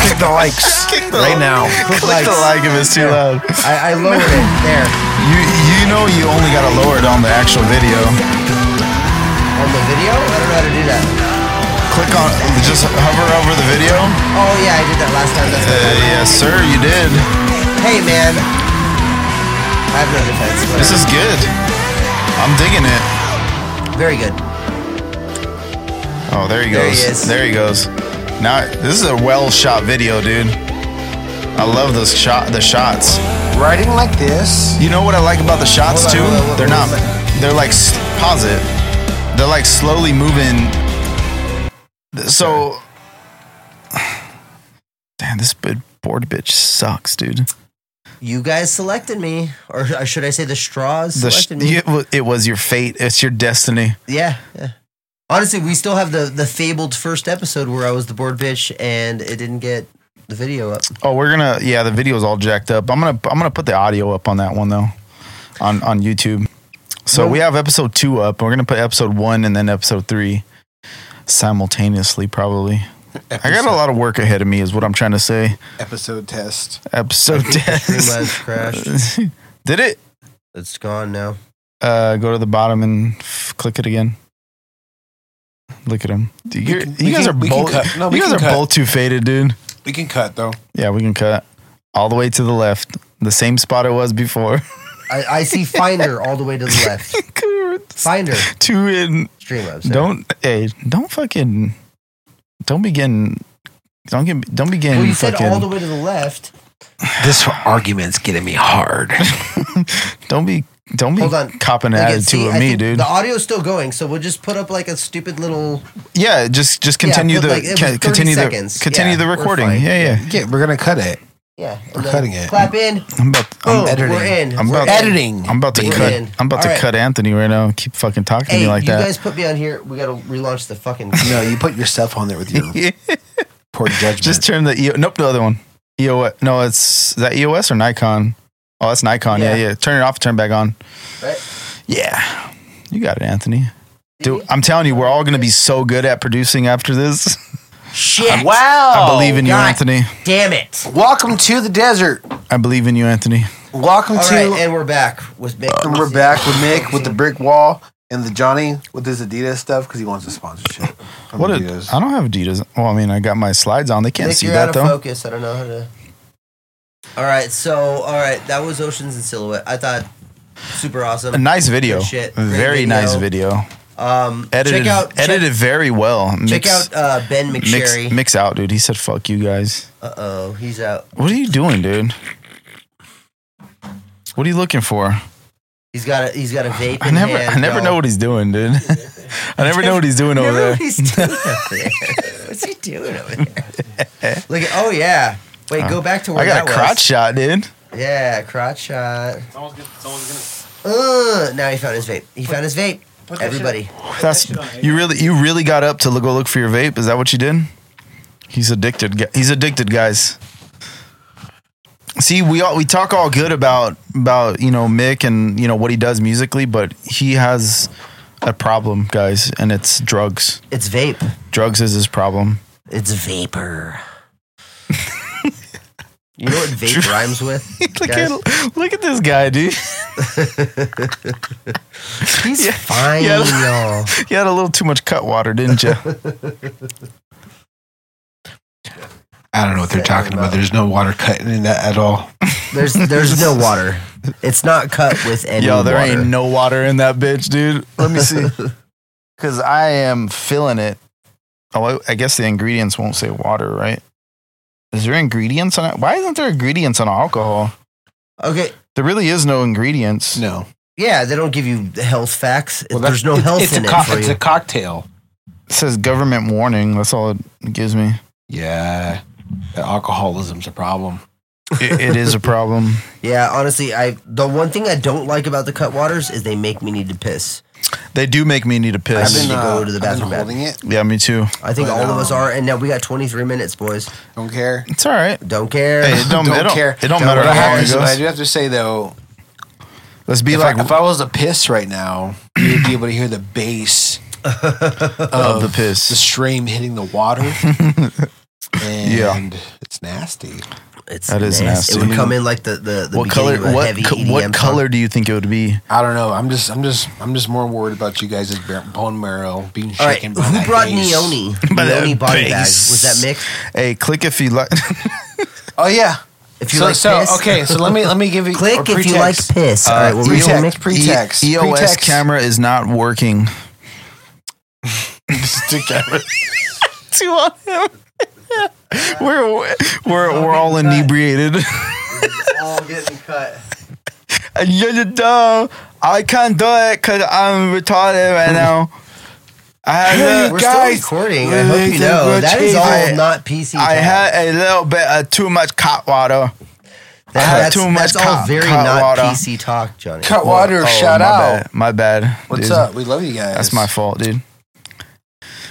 click the likes Kick the- right now. *laughs* Click the like if it's too loud. I, I lowered it there You you know you only gotta lower it on the actual video. on the video. I don't know how to do that. Click on just hover over the video. Oh yeah, I did that last time. That's Uh, what I- yes, sir. You did. hey man, I have no defense. This But is good. I'm digging it. very good. Oh, there he There he goes. is. There he goes. Now this is a well shot video, dude. I love those shot the shots. Writing like this, You know what I like about the shots Hold on, too? hold on, hold they're on not. a second. They're like s- pause it. They're like slowly moving. So, *sighs* damn, this big board bitch sucks, dude. You guys selected me, or should I say the straws The sh- selected me? you- it, wa- it was your fate. It's your destiny. Yeah. yeah. Honestly, we still have the the fabled first episode where I was the board bitch and it didn't get the video *laughs* up. Oh, we're gonna. Yeah, the video's all jacked up. I'm gonna. I'm gonna put the audio up on that one though, on on YouTube. So we have episode two up. We're gonna put episode one and then episode three simultaneously, probably. I got a lot of work ahead of me, is what I'm trying to say. episode test. *laughs* episode Streamlabs test. crashed. *laughs* Did it? It's gone now. Uh, go to the bottom and f- click it again. Look at him. Dude, you're- can- we you guys can- are we can both. cut. No, we you guys can are cut. both too faded, dude. We can cut though. Yeah, we can cut all the way to the left, the same spot it was before. *laughs* I, I see Finder all the way to the left. Finder Two in. Streamlabs. Don't hey, don't fucking, don't begin. Don't get. Don't begin. Well, you said fucking, all the way to the left. This argument's getting me hard. *laughs* don't be. Don't be Hold on. copping an Like, attitude see, of I me, think dude. The audio's still going, so we'll just put up like a stupid little. yeah, just just continue put, the like, it was ca- 30 continue seconds. the continue Yeah, the we're recording. fine. Yeah, yeah. Yeah, we're gonna cut it. Yeah, We're and then cutting it. Clap in. I'm about. I'm, Boom. editing. We're in. I'm we're about- in. Editing. I'm about to We're cut. in. I'm about to All right. cut Anthony right now. Keep fucking talking to Hey, me like you that. guys put me on here. We gotta relaunch the *laughs* fucking. No, you put yourself on there with your poor judgment. Just turn the EO, nope the other one. EOS. No, it's is that EOS or Nikon. Oh, that's Nikon. Yeah, yeah. Yeah. Turn it off. Turn it back on. Right. Yeah, you got it, Anthony. Dude, I'm telling you, we're all gonna be so good at producing after this. Shit! wow. I believe in you, Oh, God. Anthony. Damn it! Welcome to the desert. I believe in you, Anthony. Welcome All to. right, and we're back with Mick. and we're back with Mick with the brick wall and the Johnny with his Adidas stuff because he wants a sponsorship. From What? A, I Adidas. don't have Adidas. Well, I mean, I got my slides on. They can't Nick, see you're out that of though. focus. I don't know how to. All right, so all right, that was Oceans and Silhouette. I thought super awesome. A nice video. Good shit. Great Very video. nice video. Um, Edited. check out check- edited very well. Check, Mix, out uh, Ben mix, McSherry. mix out, dude. He said, "Fuck you guys." uh oh, he's out. What are you doing, dude? What are you looking for? He's got a he's got a vape. I in never, hand, I never y'all. know what he's doing, dude. *laughs* I never know what he's doing over Never know there. what he's doing over *laughs* there. What's he doing over there? Look at oh yeah. Wait, go back to where I got a that crotch was. shot, dude. Yeah, crotch shot. Uh, now he found his vape. He found his vape. Everybody. That's you really, you really got up to look, go look for your vape. Is that what you did? He's addicted. gu- He's addicted, guys. See, we all we talk all good about about you know Mick and you know what he does musically, but he has a problem, guys, and it's drugs. It's vape. Drugs is his problem. It's vapor. you know what vape rhymes with? *laughs* look guys? at look at this guy, *laughs* dude. He's Yeah. fine, Yeah. y'all. You had a little too much cut water, didn't *laughs* you? I don't know what they're talking about. There's no water cutting in that at all. There's there's no water. It's not cut with any Yo, there water. ain't no water in that bitch, dude. Let me see. *laughs* Cause I am feeling it. Oh, I, I guess the ingredients won't say water, right? Is there ingredients on it? Why isn't there ingredients on alcohol? okay. There really is no ingredients. No. Yeah, they don't give you the health facts. Well, there's that's- no it's- health it's in a it co- for It's you. a cocktail. It says government warning. That's all it gives me. Yeah. Alcoholism's a problem. It- it is a problem. yeah, honestly, I the one thing I don't like about the cut waters is they make me need to piss. *laughs* They do make me need a I've piss. been- to go to the I've been bathroom bad. holding it. Yeah, me too. I think But, all of us um, are, and now we got 23 minutes, boys. Don't care. It's all right. Don't care. Hey, it don't, it don't care. It don't matter But I, how have long it to, I do goes. have to say though, Let's be if, like I, if I was a piss right now, you'd be able to hear the bass of the the piss. stream hitting the water. *laughs* and Yeah. it's nasty. it's that is nasty. It would come in like the the, the What color? beginning of a What heavy E co- EDM song. what color do you think it would be? I don't know. I'm just, I'm just, I'm just more worried about you guys' bar- bone marrow being All right, shaken. by who that brought bass. Neoni? *laughs* By that Neoni body bag. bass. Was that Mick? Hey, click if you *laughs* like. Oh yeah. If you so, like so piss- okay. So let me let me give you *laughs* Click or if you like pretext. Uh, piss. All right, what were you saying, Mick? pretext, pretext, E- EOS pretext. camera is not *laughs* working. *laughs* Too on him. *laughs* we're we're we're all inebriated. *laughs* All getting cut. I can't do it because I'm retarded right now. I had We're a, still guys, recording. I hope you listen, know that is all retrieve. not PC. I time. had a little bit of too much hot water. That- I had that's, too much that's all cut- very cut not water. PC talk, Johnny. Cut water. Oh, shout my out. Bad. My bad. What's dude. up? We love you guys. That's my fault, dude.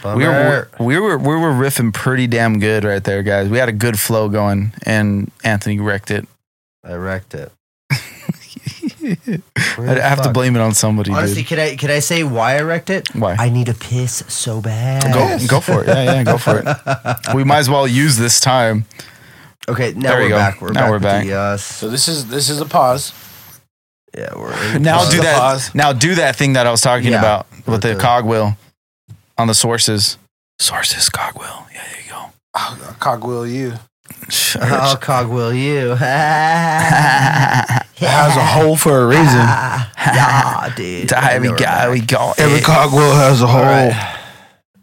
we were Bummer. we were we were riffing pretty damn good right there, guys. We had a good flow going, and Anthony wrecked it. I wrecked *laughs* it. I, I have to Fuck. blame it on somebody, Honestly, can I can I say why I wrecked it? dude. Why? I need a piss so bad. Go go for it. Yeah, yeah, go for *laughs* it. we might as well use this time. Okay, now There we we're go. back. We're Now back we're with back. The, uh, s- So this is this is a pause. Yeah, *laughs* we're in- Now do *laughs* the that. pause. Now do that thing that I was talking Yeah. about with the, the- cogwheel on the sources. Sources cogwheel. Yeah, there you go. I'll cogwheel you. Sure. Uh, *laughs* I'll cogwheel you. *laughs* Dive, It has a hole for a reason. *laughs* yeah, dude. we We're got, back. we go. Every it. cogwheel has a hole.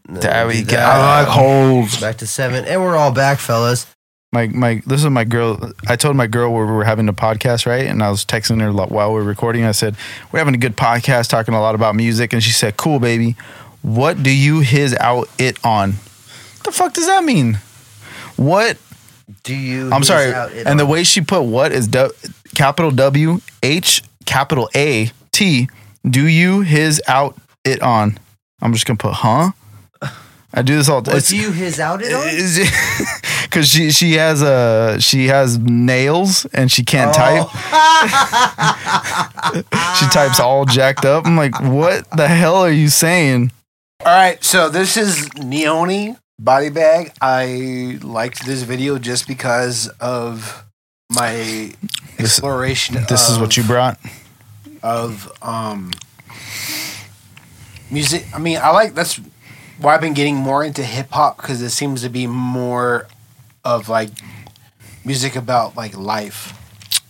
No, There do we that. go. I like holes. Back to seven, and we're all back, fellas. my my this is my girl i told my girl where we were having a podcast right and i was texting her like, while we were recording i said we're having a good podcast talking a lot about music and she said cool baby what do you his out it on the fuck does that mean what Do you? i'm sorry Out it and the all? way she put what is du- capital w h capital a t do you his out it on i'm just gonna put huh i do this all What it's- do you his out it on? *laughs* because she she has a she has nails and she can't type. *laughs* she types all jacked up. I'm like, what the hell are you saying? All right, so this is Neoni body bag. I liked this video just because of my This- exploration. This is of- what you brought. of um music. I mean, I like that's why I've been getting more into hip hop because it seems to be more of like music about like life.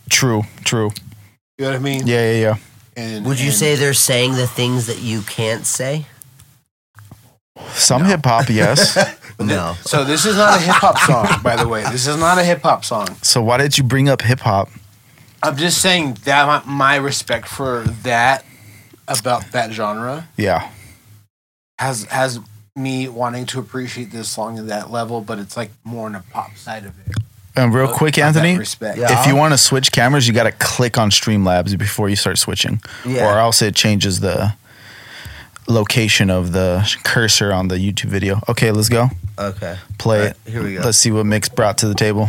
True, true. You know what I mean? Yeah, yeah, yeah. And, Would you and- say they're saying the things that you can't say? Some hip hop, *laughs* yes. No. So this is not a hip hop song, by the way. This is not a hip hop song. so why did you bring up hip hop? I'm just saying that my, my respect for that about that genre Yeah, has has me wanting to appreciate this song at that level, but it's like more on the pop side of it. and Um, real quick, Of that Anthony. Respect. Yeah. If you want to switch cameras, you got to click on Streamlabs before you start switching, Yeah. or else it changes the location of the cursor on the YouTube video. Okay, let's go. Okay. Play Alright, it. here we go. Let's see what Mix brought to the table.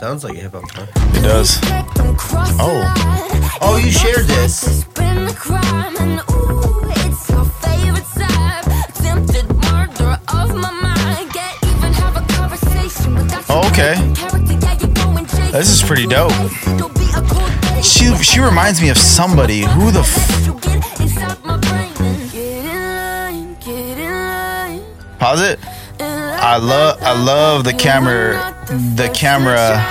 Sounds like a hip hop song. It does. Oh. Oh, you shared this. Oh, Okay. This is pretty dope. She she reminds me of somebody. Who the f- Pause it. I love I love the camera the camera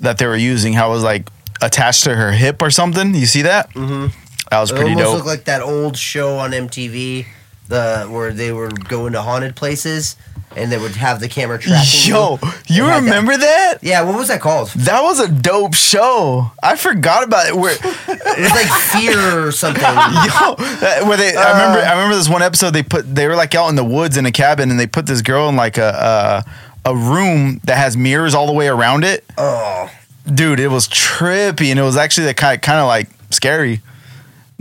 That they were using, how it was like attached to her hip or something. You see that? Mm-hmm. That was It pretty almost dope. looked like that old show on MTV, the where they were going to haunted places and they would have the camera tracking. you. Yo, you It had that- remember that? Yeah, what was that called? That was a dope show. I forgot about it. Where, It was *laughs* like fear or something. Yeah, yo, that- where they? Uh. I remember. I remember this one episode. They put. They were like out in the woods in a cabin, and they put this girl in like a a, a room that has mirrors all the way around it. Oh, dude, it was trippy, and it was actually that kind, kind of like scary.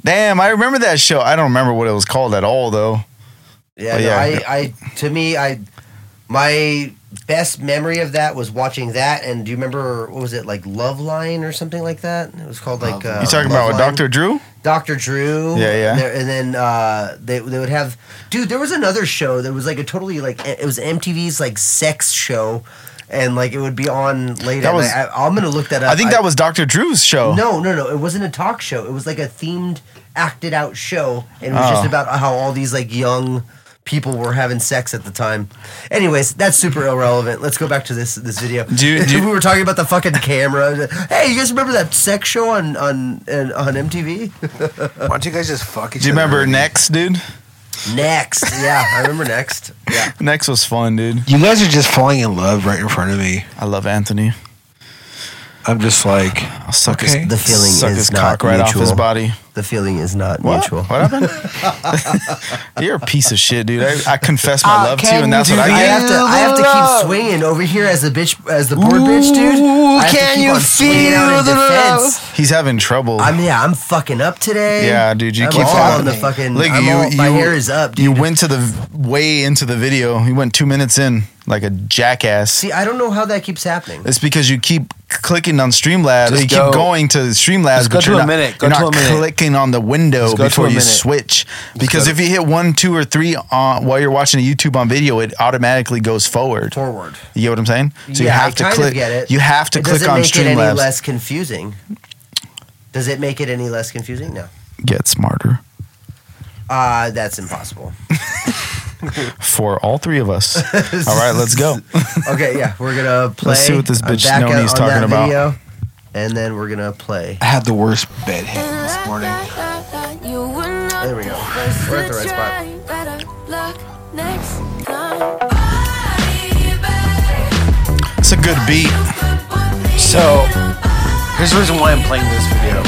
Damn, I remember that show. I don't remember what it was called at all, though. yeah. Oh, no, yeah. I, I, to me, I, my best memory of that was watching that. And do you remember what was it like, Love Line or something like that? It was called like. Uh, You talking Love about with Line. Doctor Drew? Dr. Drew. Yeah, yeah. There- and then uh, they they would have dude. There was another show that was like a totally like it was MTV's like sex show, and like it would be on late. That at was- night. I, I'm gonna look that up. I think that was Doctor Drew's show. no, no, no. It wasn't a talk show. It was like a themed, acted out show, and it was just Oh. about how all these like young people were having sex at the time. Anyways, that's super irrelevant. Let's go back to this this video. Do you- do *laughs* you- we were talking about the fucking camera. Hey, you guys remember that sex show on on on MTV? Why don't you guys just fuck each Uh, Do you other? remember Next, dude? Next. Yeah, I remember next. Yeah. Next was fun, dude. You guys are just falling in love right in front of me. I love Anthony. I'm just like, I'll suck Okay. his The feeling suck is his not cock right off his mutual. body. The feeling is not What? mutual. What happened? *laughs* You're a piece of shit, dude. I, I confess Ah, my love to you, and that's what I I get. have to I have to keep swinging over here as the bitch as the board bitch, dude. I have can to keep you on swinging out in feel the defense. He's having trouble. I'm yeah, I'm fucking up today. Yeah, dude, you I'm keep all fucking- on the fucking. Look, I'm you- all- my you- hair is up, dude. You went to the v- way into the video. You went two minutes in like a jackass. See, I don't know how that keeps happening. It's because you keep clicking on Streamlabs. Just you go- keep going to Streamlabs, Just go but to you're a not, minute. Go you're to not a minute. clicking on the window Just go to before a you minute. switch. Because go if you hit one, two, or three on, while you're watching a YouTube on video, it automatically goes forward. forward. You get what I'm saying? So you Yeah, I have to kind of click. get it. You have to It click doesn't on make it any Streamlabs. less confusing. Does it make it any less confusing? No. Get smarter Uh, that's impossible. for all three *laughs* of us. all right, let's go. Okay, yeah, we're gonna play. see what this I'm bitch back Noni's on talking that about. video, and then we're gonna play. I had the worst bed hit this morning. There we go. We're at the right spot. It's a good beat. So, here's the reason why I'm playing this video.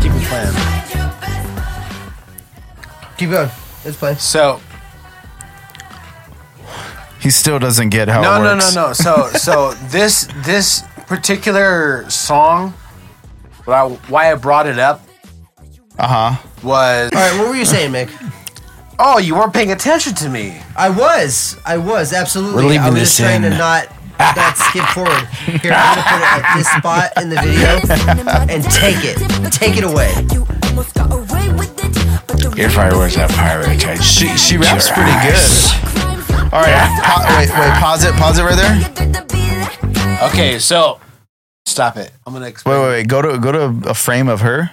Keep it *laughs* playing. Keep going. Let's play. So, He still doesn't get how no, it no, works. no, no. *laughs* So, so this this particular song, why why I brought it up Uh huh. was All right, what were you saying, Mick? oh, you weren't paying attention to me. I was, I was absolutely. We're leaving I was this just trying in. to not not skip forward. Here, I'm gonna put it at this spot in the video. and take it. Take it away. If I was a pirate, I'd she seize she your raps pretty ass. good. All right. Pa- wait, wait. Pause it. Pause it right *laughs* there. there. Okay, so stop it. I'm gonna explain. Wait, wait, wait. Go to go to a frame of her.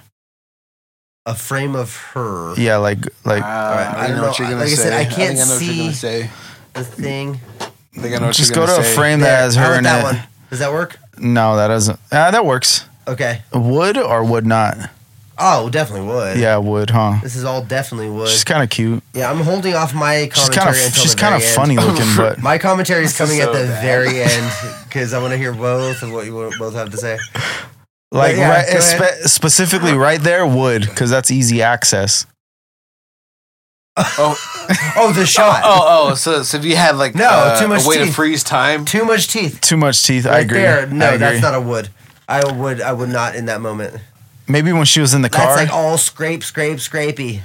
A frame of her. Yeah, like like. Uh, I I, don't know what know. you're gonna Like I say. said, I can't think I know what you're gonna see- say. The thing. I think I know what just you're go gonna to a say. frame that has There, I her wrote in that it. one. Does that work? No, that doesn't. Ah, that works. Okay. Would or would not? Oh, definitely would. Yeah, would, huh? This is all definitely would. She's kind of cute. Yeah, I'm holding off my She's commentary kind of until she's the kind of very end. funny looking, *laughs* but My commentary is coming at so the bad. very end because I want to hear both of what you both have to say. like yeah, right, go ahead. spe- specifically right there would because that's easy access. Oh, the shot. Oh, oh, so so if you had like No, uh, too much a way to teeth. freeze time. Too much teeth. Too much teeth. I Right agree. There. No, I agree. that's not a would. I would. I would not in that moment. Maybe when she was in the That's car. like all scrape, scrape, scrapey.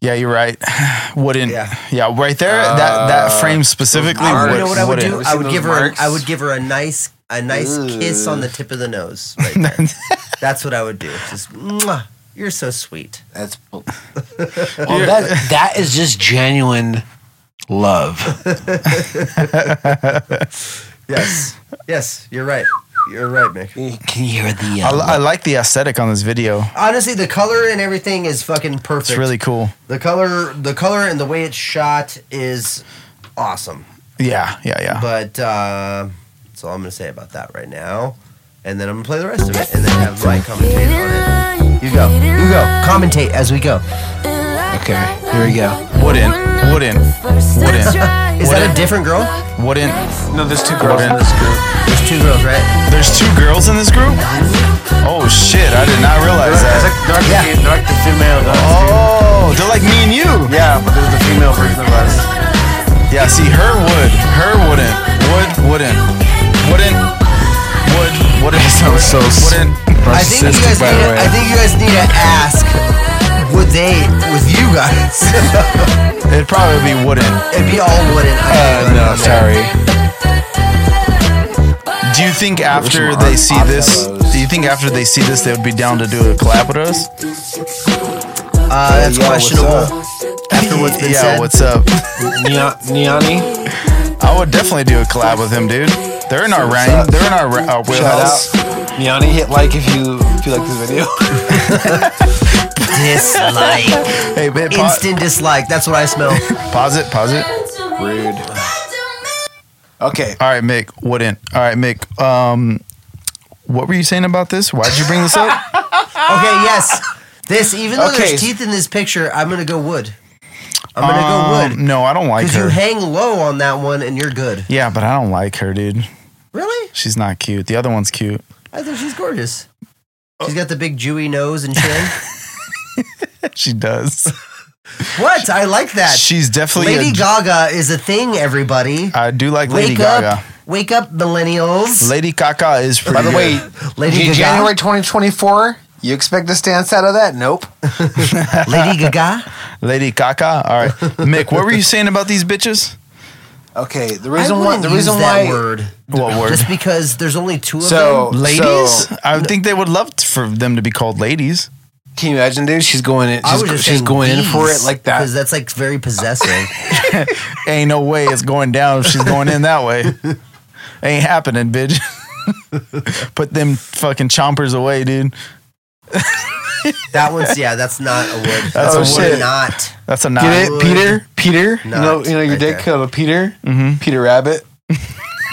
yeah, you're right. *sighs* Wouldn't. Yeah. Yeah, right there. that Uh, that frame specifically. I, would, you know what I would do? wouldn't. I Seen would those give her. A, marks? I would give her a nice, a nice kiss on the tip of the nose. Right there. that's what I would do. Just, mwah, you're so sweet. That's *laughs* well, that that is just genuine *laughs* love. Yes, yes, you're right. You're right, Mick. Can you hear the? I, I like the aesthetic on this video. Honestly, the color and everything is fucking perfect. It's really cool. the color, the color and the way it's shot is awesome. Yeah, yeah, yeah. But uh, that's all I'm gonna say about that right now. And then I'm gonna play the rest of it, and then have Mike commentate on it. You go, you go, commentate as we go. Okay, here we go. Wouldn't. Wouldn't. Wouldn't. Is that a different girl? Wouldn't. no, there's two girls in Wouldn't. this group. There's two girls, right? There's two girls in this group. Oh shit! I did not realize There's that. like, they're like the, they're like the female. Oh. Oh, they're like me and you. Yeah, but there's the female version of us. Yeah, see, her would. Her wouldn't. Would, wouldn't. Wouldn't. Would, wouldn't. That *laughs* sounds so s- Wouldn't. I think you guys by need. the To, way. I think you guys need to ask. Would they with you guys? *laughs* It'd probably be wouldn't. It'd be all wooden. Uh, no, sorry. Do you think after they see this, do you think after they see this, they would be down to do a collab with us? Uh, that's questionable. After what's been yeah, said. *laughs* what's up? Nia- Niani. I would definitely do a collab with him, dude. They're in our range. They're in our, ra- our wheelhouse. Niani, uh, hit like if you if you like this video. dislike. Hey, babe, pa- Instant dislike. That's what I smell. pause it. Pause it. Rude. Okay, All right, Mick. Wouldn't. All right, Mick. Um, what were you saying about this? Why'd you bring this up? Okay, yes. This, even though Ah! Okay. there's teeth in this picture, I'm gonna go wood. *laughs* I'm gonna go Um, wood No, I don't like because you her. hang low on that one and you're good. Yeah, but I don't like her, dude. Really? She's not cute. The other one's cute. *laughs* I think she's gorgeous. Uh, She's got the big Jewy nose and chin. *laughs* She does. what? I like that. She's definitely. Lady a, Gaga is a thing, everybody. Uh, I do like Lady wake Gaga. up, wake up, millennials. Lady Gaga is pretty. by the way, good. Lady Jan- Gaga. January 2024. You expect a stance out of that? Nope. Lady Gaga. Lady Gaga. All right, Mick. What were you saying about these bitches? Okay, the I reason why wouldn't the use reason that why word. What word? Just because there's only two of So- them. Ladies? I think they would love t- for them to be called ladies. can you imagine, dude? She's going in. I was She's, just she's saying going in for it these, like that. because that's like very *laughs* possessive. Ain't no way it's going down if she's going in that way. Ain't happening, bitch. *laughs* Put them fucking chompers away, dude. that one's yeah. That's not a word. That's a a shit. Not That's a nine. Get it, would Peter? Peter? You not know, you know your right dick there. killed a Peter? Mm-hmm. Peter Rabbit? *laughs*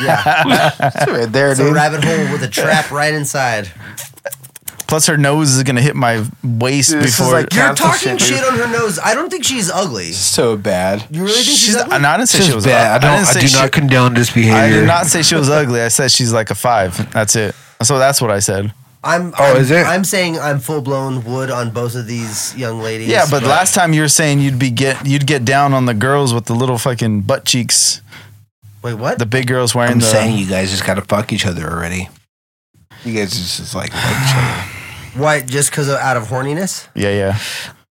yeah. *laughs* It's right there, It's a dude. rabbit hole with a trap right inside. Plus, her nose is gonna hit my waist Dude, this is before. like- You're Cancel talking shit, dude. shit on her nose. I don't think she's ugly. so bad. You really think she's, she's. ugly? I, no, I didn't say she was. ugly. didn't say she- condone this I did not say she was ugly. I said she's like a five. That's it. So that's what I said. I'm. Oh, I'm, is it? I'm saying I'm full blown wood on both of these young ladies. Yeah, but last time you were saying you'd be get you'd get down on the girls with the little fucking butt cheeks, wait, what? the big girls wearing I'm the. saying you guys just gotta fuck each other already. You guys just, just like like *sighs* each other. Why? Just because of out of horniness? Yeah, yeah.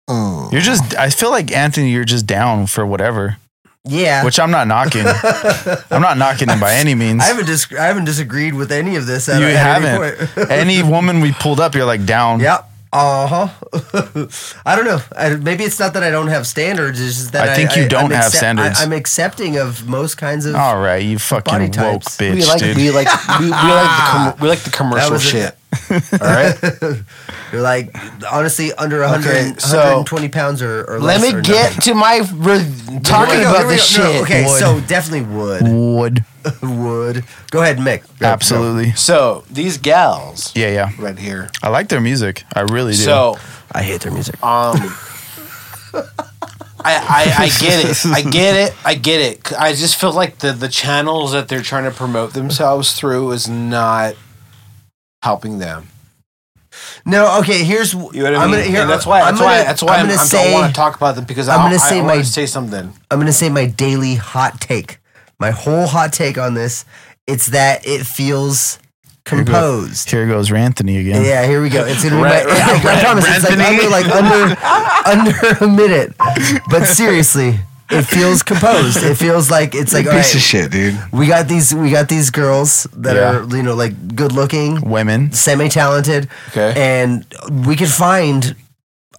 hmm. You're just. I feel like Anthony. You're just down for whatever, Yeah. which I'm *laughs* not knocking. I'm not knocking him by any means. I haven't dis- I haven't disagreed with any of this. At, you at Any haven't. point. *laughs* any woman we pulled up, you're like down. yep. Uh huh. *laughs* I don't know. I, maybe it's not that I don't have standards. It's just that I think you don't I'm have standards. Oh, I, am accepting of most kinds of. All right, you Body fucking woke types. bitch, we like dude. we like we, we like the com- we like the commercial was it. shit. All right. You're like honestly under 100, Okay, so- 120 pounds or, or Let less. me or get nothing. to my re- talking Here we go, here about we this go. shit. No, okay, Wood. so definitely wood. would Wood. Go ahead, Mick. Go, absolutely. So these gals Yeah, yeah. right here. I like their music. I really do. So go. I hate their music. Um, I, I I get it. I get it. I get it. I just feel like the the channels that they're trying to promote themselves through is not helping them. No, okay. Here's you You know what I mean? and that's why. That's why. That's why I'm, I'm don't want to talk about them because I'm I'm gonna I, say say I my- want to say something. I'm gonna say my daily hot take. My whole hot take on this, it's that it feels composed. here goes Ranthony again. yeah, here we go. It's gonna be Ra- my, I, I promise it's like under like under under a minute. But seriously, it feels composed. It feels like it's like all right, shit, dude. we got these we got these girls that Yeah. are you know like good looking, Women. semi talented. Okay. And we could find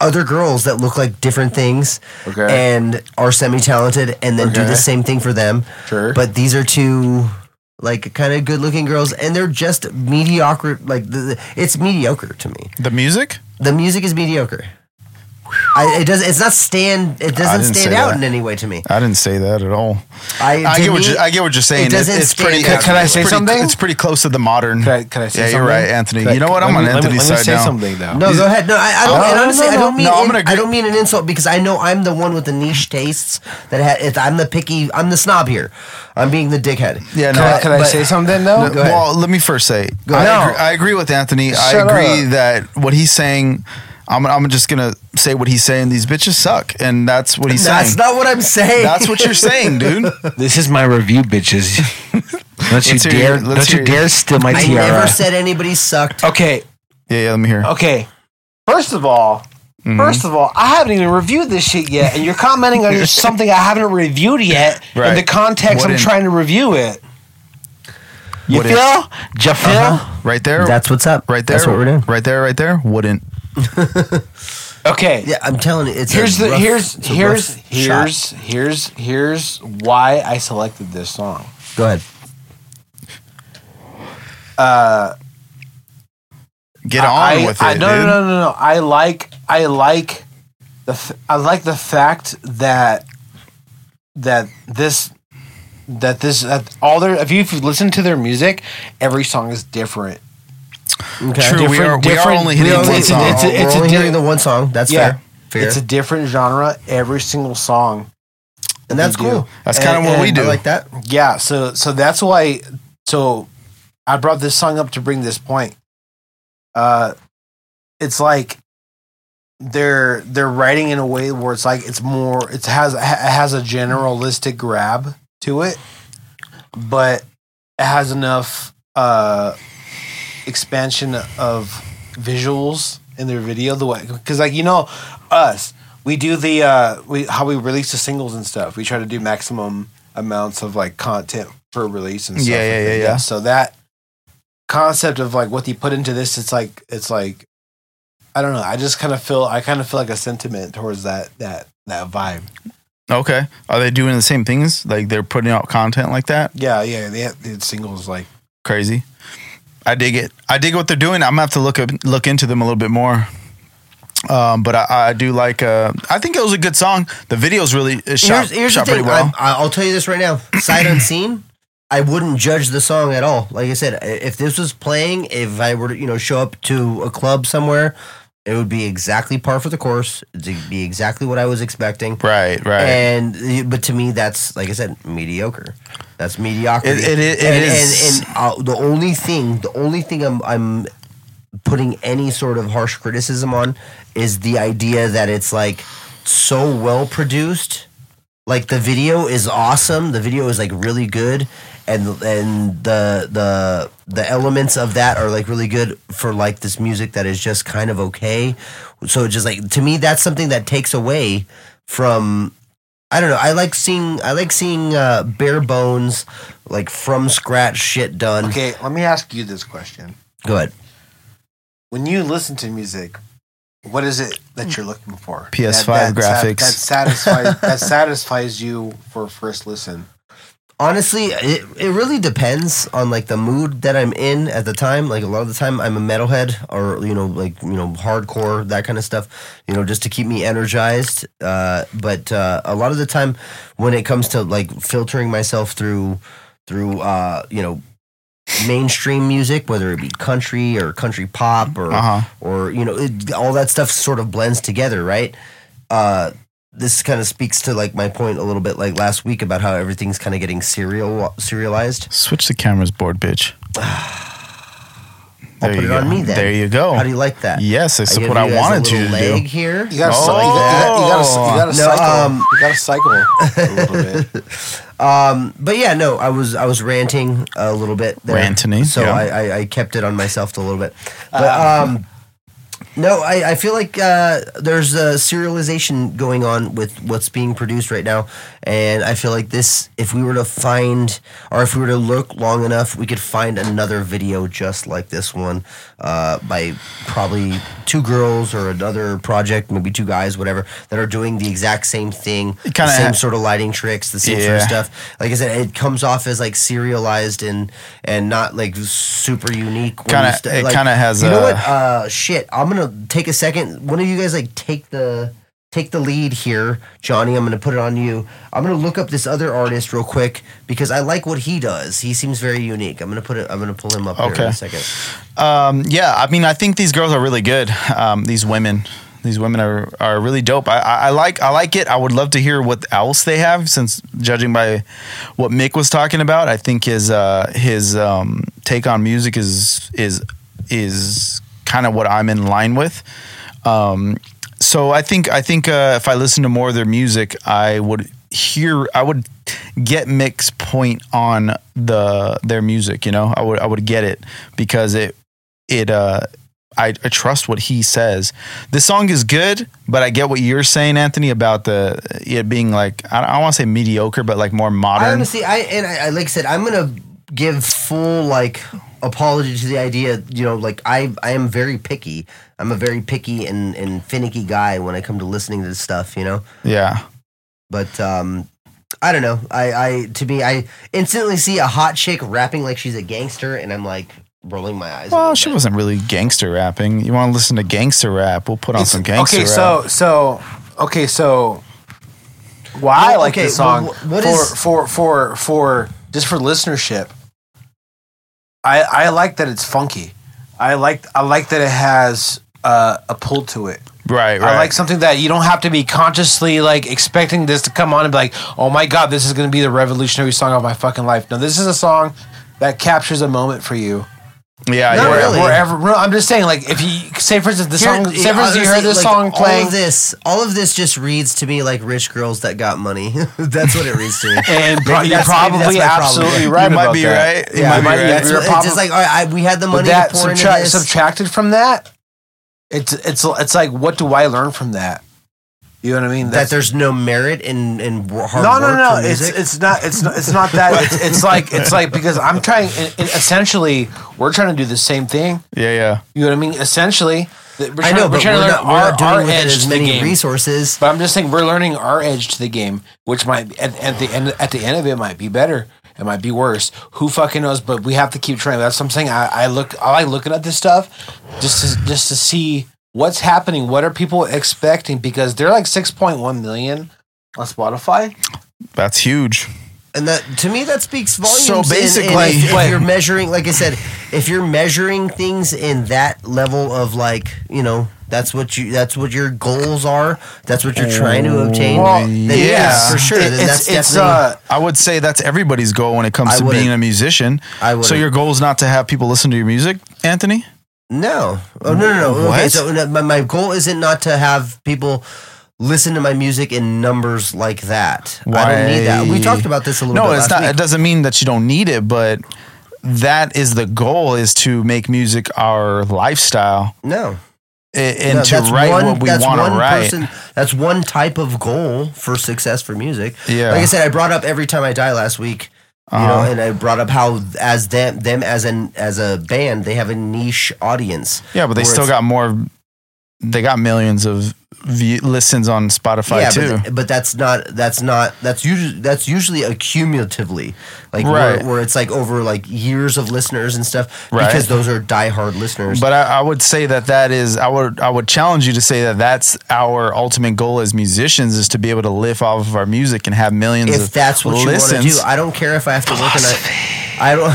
other girls that look like different things Okay. and are semi talented and then do Okay. the same thing for them. Sure. But these are two like kind of good looking girls and they're just mediocre like the, the- it's mediocre to me. The music? The music is mediocre. I, it does. It's not stand. It doesn't didn't stand say out that. in any way to me. I didn't say that at all. I, I to get what me, you, I get what you're saying. it doesn't it's pretty. stand it's out. Can I pretty- say it's pretty- something? It's pretty close to the modern. Can I, can I say yeah, something? you're right, Anthony. Can I- you know what? let I'm me- on let me- Anthony's Let me side say now. something though. No, go ahead. No, I, I don't. No, and no, honestly, no, I don't no. mean. No, I'm in- gonna I agree- don't mean an insult because I know I'm the one with the niche tastes that ha- if I'm the picky. I'm the snob here. I'm being the dickhead. Yeah, no. Can I, but- can I but- say something though? Go ahead. Well, let me first say, I, ahead. agree, I agree with Anthony. I Shut agree up. that what he's saying. I'm, I'm just gonna say what he's saying. These bitches suck, and that's what he's That's saying. not what I'm saying. that's what *laughs* you're *laughs* saying, dude. This is my review, *laughs* bitches. Don't you Let's hear your- dare! let's Don't you hear your- dare steal my I tiara. never said anybody sucked. okay, Yeah, yeah. Let me hear. okay. First of all, first of all, I haven't even reviewed this shit yet, and you're commenting *laughs* on something I haven't reviewed yet in Right. the context I'm Wouldn't- trying to review it. You Wouldn't. feel? You feel? Right there. That's what's up. Oh, right there. That's what we're doing. Right there. Right there. Wouldn't. Okay. Yeah, I'm telling you. It's a Here's the rough- here's it's a rough here's shot. here's here's here's why I selected this song. Go ahead. Uh, Get on I, with it, I, no, dude. no, no, no, no. I like, I like the, f- I like the fact that that this that this that all their if you've listened to their music, every song is different. Okay. True. We Different- are, we are different- only we hitting only- one it's- song. it's- We're only di- hearing the one song. That's Yeah. fair. It's a Fair. different genre every single song, And that's they do. cool. That's And- kinda what we and I do. like that. Yeah, so so that's why so I brought this song up to bring this point. Uh it's like they're they're writing in a way where it's like it's more it has it has a generalistic grab to it, but it has enough uh expansion of visuals in their video the way because like you know us we do the uh we how we release the singles and stuff we try to do maximum amounts of like content per release and stuff. Yeah, like yeah, that. yeah, yeah. So that concept of like what they put into this, it's like it's like I don't know. I just kind of feel I kind of feel like a sentiment towards that that that vibe. Okay. Are they doing the same things? Like they're putting out content like that? Yeah, yeah. They had, they had singles like Crazy. I dig it. I dig what they're doing. I'm gonna have to look up, look into them a little bit more. Um, but I, I do like. Uh, I think it was a good song. The video's really it shot, here's here's shot the pretty thing. well. I, I'll tell you this right *clears throat* now. Sight unseen. I wouldn't judge the song at all. Like I said, i- if this was playing, if I were to you know show up to a club somewhere, it would be exactly par for the course. It'd be exactly what I was expecting. right, right. Eh. And but to me, that's like I said, mediocre. That's mediocrity. It- it- it- it and, is. And, and uh, the only thing, the only thing I'm, I'm putting any sort of harsh criticism on is the idea that it's like so well produced. Like the video is awesome. The video is like really good, and and the the the elements of that are like really good for like this music that is just kind of okay. So just like to me, that's something that takes away from I don't know. I like seeing I like seeing uh, bare bones, like from scratch shit done. Okay, let me ask you this question. Go ahead. When you listen to music, what is it that you're looking for? PS5 sat- graphics. that satisfies that satisfies you for a first listen. Honestly, it, it really depends on like the mood that I'm in at the time. Like a lot of the time, I'm a metalhead or you know like you know hardcore that kind of stuff. You know just to keep me energized. Uh, but uh, a lot of the time, when it comes to like filtering myself through through uh, you know mainstream music, whether it be country or country pop or Uh huh. or you know it, all that stuff sort of blends together right uh this kind of speaks to like my point a little bit like last week about how everything's kind of getting serial serialized Switch the cameras, *sighs* board bitch. I'll There put you it on go. me then. There you go. how do you like that yes, that's give what I you guys a wanted you little to leg do. here You gotta, Oh. cycle, you gotta, you gotta, you gotta No, cycle. um, you gotta cycle a little bit. um but yeah no i was i was ranting a little bit there. Ranting-y, so yeah. I, I i kept it on myself a little bit but um no i i feel like uh there's a serialization going on with what's being produced right now and i feel like this if we were to find or if we were to look long enough we could find another video just like this one uh by probably two girls or another project maybe two guys whatever that are doing the exact same thing the kinda same ha- sort of lighting tricks the same sort of Yeah. stuff like I said, it comes off as like serialized and and not like super unique. when Kinda- you st- it like- kinda has You know a- what? Uh, shit. I'm gonna take a second. One of you guys like take the take the lead here, Johnny. I'm gonna put it on you. I'm gonna look up this other artist real quick because I like what he does. He seems very unique. I'm gonna put it. I'm gonna pull him up here in Okay. a second. Um, yeah, I mean, I think these girls are really good. Um, these women, these women are, are really dope. I, I, I like I like it. I would love to hear what else they have, since judging by what Mick was talking about, I think his uh, his um, take on music is is is kind of what I'm in line with. Um, so I think I think uh, if I listen to more of their music, I would hear I would get Mick's point on the their music. You know, I would I would get it because it it uh I, I trust what he says. This song is good, but I get what you're saying, Anthony, about the it being like I don't, want to say mediocre, but like more I modern. honestly, I and I, I like I said, I'm gonna give full like apology to the idea. You know, like I I am very picky. I'm a very picky and and finicky guy when I come to listening to this stuff. You know, yeah, but um, I don't know. I I to me, I instantly see a hot chick rapping like she's a gangster, and I'm like rolling my eyes. a well, little she bit. wasn't really gangster rapping. You want to listen to gangster rap? We'll put on some gangster. Okay, rap. so so okay, so why I Well, like okay, this song well, what for, is- for for for just for listenership. I I like that it's funky. I like I like that it has uh, a pull to it. right, right. I like something that you don't have to be consciously like expecting this to come on and be like, oh my god, this is gonna be the revolutionary song of my fucking life. No, this is a song that captures a moment for you. yeah, Not yeah. really. Wherever, no, I'm just saying, like, if you say, for instance, the Here- song, say, for instance, you honestly, heard this like, song All playing, of this, all of this just reads to me like rich girls that got money. *laughs* that's what it reads *laughs* to me. and pro- Maybe that's- maybe you're that's probably my problem. absolutely You right. You might about be that. right. You Yeah, might be might be- right. That's It's, your it's problem. just like all right, I, we had the But money that to pour into subtract- this. subtracted from that, it's it's it's like, what do I learn from that? You know what I mean? that there's no merit in in wo- hard no, work no, no. for It's music. it's not it's not, it's not that. It's, it's like it's like because I'm trying. It, it- essentially, we're trying to do the same thing. Yeah, yeah. You know what I mean? Essentially, that we're I trying- know, but we're trying to not, learn we're not doing with it to as the many game. resources. But I'm just saying we're learning our edge to the game, which might at, at the end at the end of it might be better. It might be worse. Who fucking knows? But we have to keep trying. That's what I'm saying. I, I look I like looking at this stuff just to, just to see what's happening. What are people expecting? Because they're like 6.1 million on Spotify. That's huge. And that to me that speaks volumes. So in- in basically- if- if, Wait. you're measuring, like I said, if you're measuring things in that level of like you know that's what you that's what your goals are, that's what you're trying to obtain. Well, then yeah. for sure. It- then it's that's it's definitely. uh I would say that's everybody's goal when it comes I to wouldn't. being a musician. I wouldn't. So your goal is not to have people listen to your music, Anthony? No. Oh no no no. Okay, What? so no, my, my goal isn't not to have people listen to my music in numbers like that. I don't need that. We Why- talked about this a little No, bit last it's not. week. It doesn't mean that you don't need it, but that is the goal: is to make music our lifestyle no. a- and No, to that's write one- what we that's want to one write. person- that's one type of goal for success for music. Yeah. Like I said, I brought up every time I die last week. You Uh-huh. know, and I brought up how as them them as an as a band they have a niche audience. yeah, but they where still it's- got more. They got millions of view, listens on Spotify yeah, too. but, th- but that's not that's not that's usually that's usually accumulatively like Right. where, where it's like over like years of listeners and stuff Right. because those are diehard listeners. But I, I would say that that is I would I would challenge you to say that that's our ultimate goal as musicians is to be able to live off of our music and have millions. if of that's what listens. you want to do, I don't care if I have to work a nine. I don't, *laughs*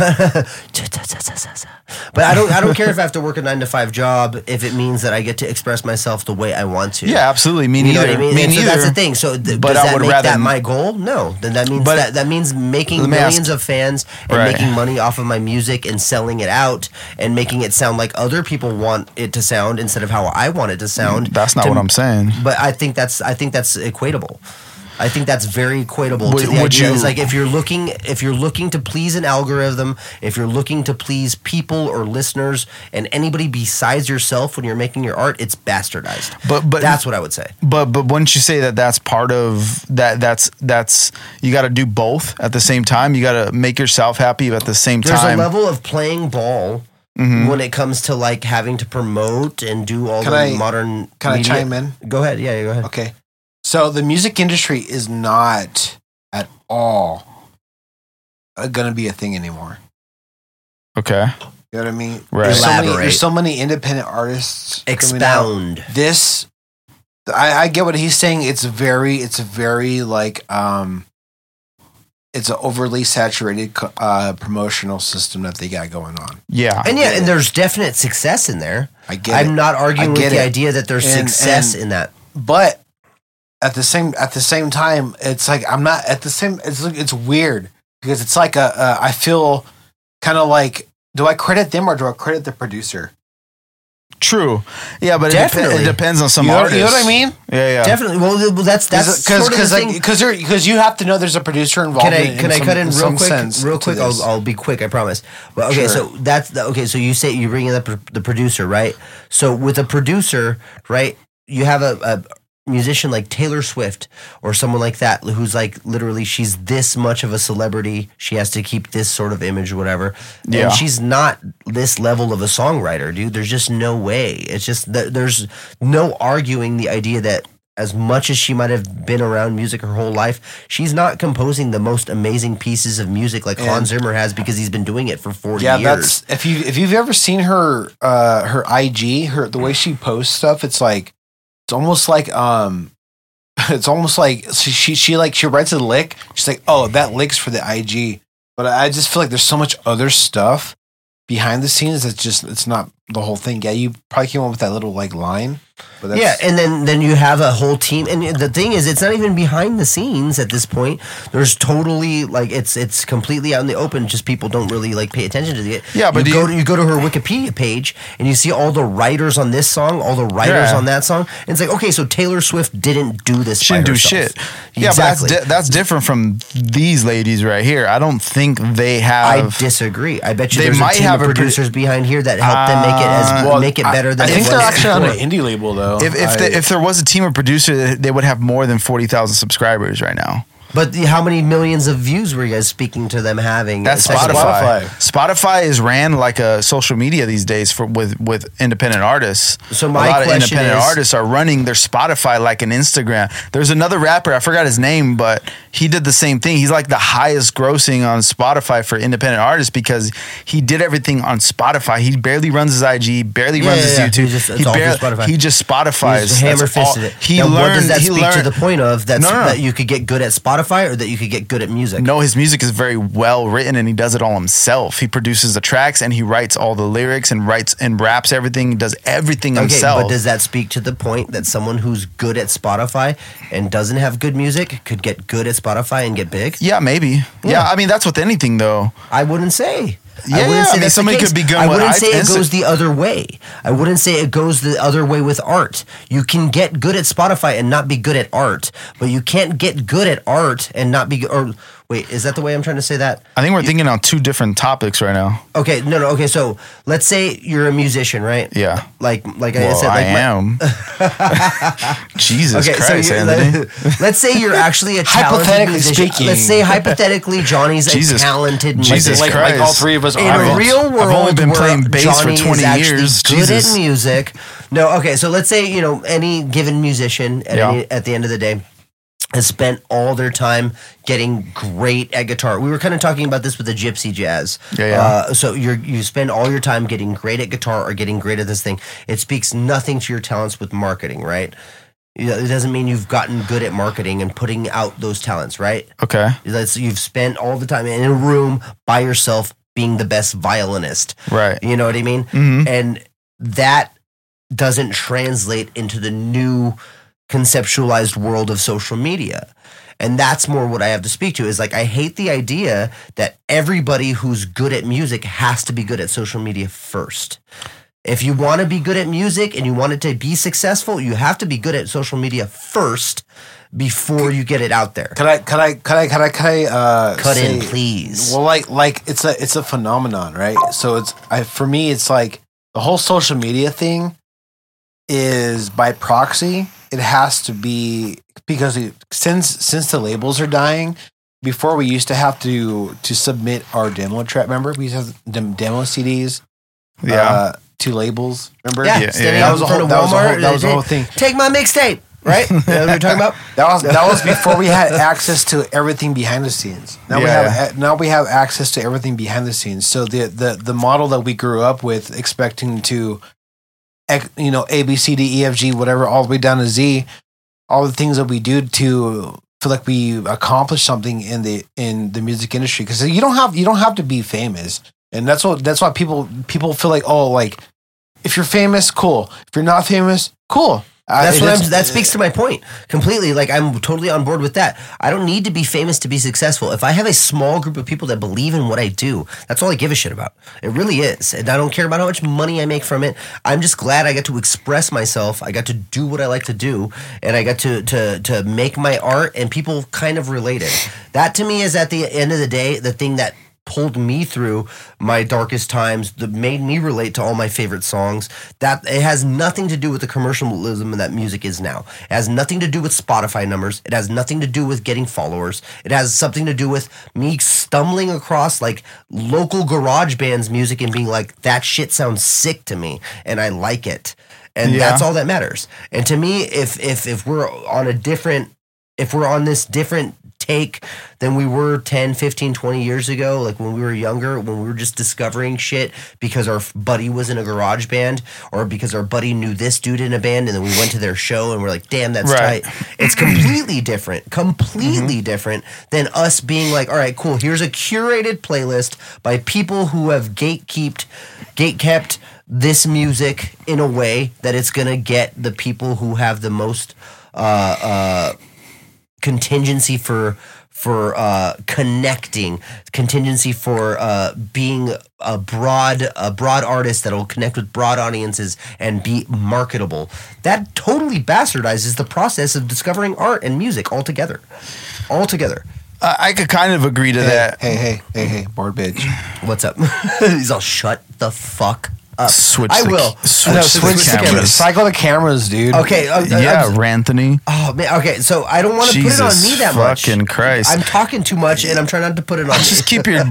but I don't. I don't care if I have to work a nine to five job if it means that I get to express myself the way I want to. yeah, absolutely. Me You neither. know what I mean? Me And so neither. that's the thing. So, th- But does I that would make rather- that my goal? No. Then that means But- that, that means making Let me ask- millions of fans and Right. making money off of my music and selling it out and making it sound like other people want it to sound instead of how I want it to sound. That's not To- what I'm saying. But I think that's I think that's equatable. I think that's very equatable Would- to the would idea. you- It's like if you're looking if you're looking to please an algorithm, if you're looking to please people or listeners and anybody besides yourself when you're making your art, it's bastardized. But- but- that's what I would say. But but wouldn't you say that that's part of that? That's that's you got to do both at the same time. You got to make yourself happy at the same There's time. a level of playing ball when it comes to like having to promote and do all Mm-hmm. Can the I- modern. can I media- chime in? Go ahead. Yeah, yeah, go ahead. Okay. So the music industry is not at all uh, gonna be a thing anymore. okay, You know what I mean? Right. There's so, many, Elaborate. there's so many independent artists. coming out. Expound. This, I, I get what he's saying. It's very, it's very like, um, it's an overly saturated co- uh, promotional system that they got going on. yeah, And yeah, and there's definite success in there. I get it. I'm not arguing with get the it. idea that there's And- success and- in that. but at the same at the same time, it's like I'm not at the same. It's like- it's weird because it's like a, a I feel kind of like do I credit them or do I credit the producer? true. Yeah, but it, dep- Definitely. it depends on some You know, artists. you know what I mean? Yeah, yeah. Definitely. Well, th- well, that's that's Because because sort of because the like thing. because you're because you have to know there's a producer involved. Can I in can I some- cut in real some quick? sense Real to quick. this. I'll, I'll be quick. I promise. But okay, Sure. so that's the, okay. So you say you bring in the, pr- the producer, right? So with a producer, right, you have a, a musician like Taylor Swift or someone like that who's like literally she's this much of a celebrity. She has to keep this sort of image, whatever. Yeah. And she's not this level of a songwriter, dude. There's just no way. It's just that there's no arguing the idea that as much as she might have been around music her whole life, she's not composing the most amazing pieces of music like Hans Zimmer has because he's been doing it for 40 yeah, years. that's if you if you've ever seen her uh her IG, her the way she posts stuff, it's like it's almost like um *laughs* it's almost like she she, she like she writes a lick, she's like, "Oh, that lick's for the IG." But I just feel like there's so much other stuff behind the scenes that's just it's not the whole thing. Yeah, you probably came up with that little like line, but that's, yeah, and then then you have a whole team, and the thing is, it's not even behind the scenes at this point. There's totally like it's it's completely out in the open. Just people don't really like pay attention to it. Yeah, but you do go you- to, you go to her Wikipedia page and you see all the writers on this song, all the writers Yeah. on that song, and it's like okay, so Taylor Swift didn't do this. She by didn't do herself. shit. Yeah, exactly. but that's, di- that's different from these ladies right here. I don't think they I have. disagree. I bet you They there's might a team have a of produ- producers behind here that help them make it as Uh, well, make it better I than it think was they're actually on before. an indie label label though. If if, I- the, if there was a team of producers, they would have more than forty thousand subscribers right now. But the- how many millions of views were you guys speaking to them having? That's It's like- Spotify. Spotify. is ran like a social media these days for with with independent artists. So my a lot of question independent is- artists are running their Spotify like an Instagram. There's another rapper I forgot his name, but he did the same thing. He's like the highest grossing on Spotify for independent artists because he did everything on Spotify. He barely runs his IG, barely Yeah, runs yeah, yeah. his YouTube. He just- it's all through barely- Spotify. he just Spotify's. He's That's hammer fisted all- it. He now, learned. what does that he speak learned, to the point of that's, No, no, no. that you could get good at Spotify or that you could get good at music? No, his music is very well written and he does it all himself. He produces the tracks and he writes all the lyrics and writes and raps everything, does everything Okay, himself. but does that speak to the point that someone who's good at Spotify and doesn't have good music could get good at Spotify and get big? yeah, maybe. Yeah. I mean that's with anything though. I wouldn't say. I Yeah, yeah, wouldn't I mean, that's the somebody case. could be good I with wouldn't I- say it Insta- goes the other way. I wouldn't say it goes the other way with art. You can get good at Spotify and not be good at art, but you can't get good at art and not be. Or wait, is that the way I'm trying to say that? I think we're thinking on two different topics right now. Okay, no, no. Okay, so let's say you're a musician, right? Yeah. Like, like I Well, said, I like my- am. *laughs* Jesus Okay, Christ, so you're- Anthony. *laughs* let, us say you're actually a talented Hypothetically musician. speaking. Let's say hypothetically Johnny's Jesus- a talented musician. Jesus like, Christ. like all three of us In are. a I've- real I've world, only been where playing bass for Johnny is 20 actually years. Good Jesus. at music. No, okay. So let's say you know any given musician at, Yeah. any, at the end of the day has spent all their time getting great at guitar. We were kind of talking about this with the gypsy jazz. Yeah, yeah. Uh, so you you spend all your time getting great at guitar or getting great at this thing. It speaks nothing to your talents with marketing, right? Yeah, It doesn't mean you've gotten good at marketing and putting out those talents, right? Okay. That's you've spent all the time in a room by yourself being the best violinist. Right. You know what I mean? Mhm. And that doesn't translate into the new conceptualized world of social media. And that's more what I have to speak to is like I hate the idea that everybody who's good at music has to be good at social media first. If you want to be good at music and you want it to be successful, you have to be good at social media first before you get it out there. Could I? Could I? Could I? Could I? Could I? Uh, Cut in, say- please. Well, like, like it's a it's a phenomenon, right? So it's I for me, it's like the whole social media thing is by proxy. It has to be because it, since since the labels are dying. Before we used to have to to submit our demo track. Remember, we used to have dem- demo CDs. Yeah. Uh, to labels. Remember, Yeah, Yeah, standing yeah, out in yeah. That was a front whole- of that was a Walmart, whole- that was a they whole did, thing. Take my mixtape, *laughs* right? You know what we're talking about? That was *laughs* that was before we had access to everything behind the scenes. Now we Yeah. have now we have access to everything behind the scenes. So the the the model that we grew up with, expecting to, ex- you know, A B C D E F G whatever all the way down to Z, all the things that we do to feel like we accomplished something in the in the music industry because you don't have you don't have to be famous, and that's what that's why people people feel like oh like if you're famous cool if you're not famous cool. I- That's it what I'm, just- that speaks to my point completely. Like I'm totally on board with that. I don't need to be famous to be successful. If I have a small group of people that believe in what I do, that's all I give a shit about. It really is, and I don't care about how much money I make from it. I'm just glad I got to express myself. I got to do what I like to do, and I got to to to make my art, and people kind of related. That to me is at the end of the day the thing that pulled me through my darkest times that made me relate to all my favorite songs that it has nothing to do with the commercialism that music is now it has nothing to do with spotify numbers it has nothing to do with getting followers it has something to do with me stumbling across like local garage bands music and being like that shit sounds sick to me and i like it and Yeah. that's all that matters and to me if if if we're on a different if we're on this different take than we were 10, 15, 20 years ago, like when we were younger, when we were just discovering shit because our f- buddy was in a garage band or because our buddy knew this dude in a band and then we went to their show and we're like, damn, that's Right. tight. It's completely different, completely different than us being like, all right, cool, here's a curated playlist by people who have gatekeeped, gatekept this music in a way that it's going to get the people who have the most uh, uh, contingency for for uh, connecting, contingency for uh, being a broad a broad artist that'll connect with broad audiences and be marketable. That totally bastardizes the process of discovering art and music altogether. Altogether. I, I could kind of agree to *laughs* that. *laughs* hey hey hey hey bored bitch. What's up? He's all shut the fuck up. Switch I the- will. switch No, the switch the cameras. cameras. Cycle the cameras, dude. Okay. uh, uh, yeah, I'm- Ranthony. Oh man. Okay. So I don't want to put it on Jesus me that much. fucking Christ. I'm talking too much, and I'm trying not to put it on. Just me. keep your So I'm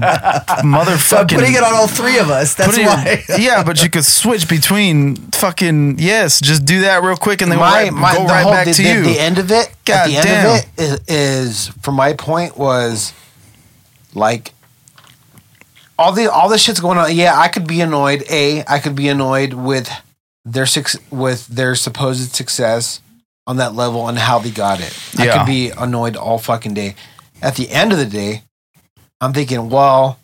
motherfucking. putting it on all three of us. That's put it in- *laughs* why. *laughs* yeah, but you could switch between fucking yes. Just do that real quick, and then my, we'll right- my, go the right whole, back the, to the- you. the end of it, at the end Goddamn. of it is, is from my point was like all the all the shit's going on. Yeah, I could be annoyed. A, I could be annoyed with their six with their supposed success on that level and how they got it. I Yeah. could be annoyed all fucking day. At the end of the day, I'm thinking, well,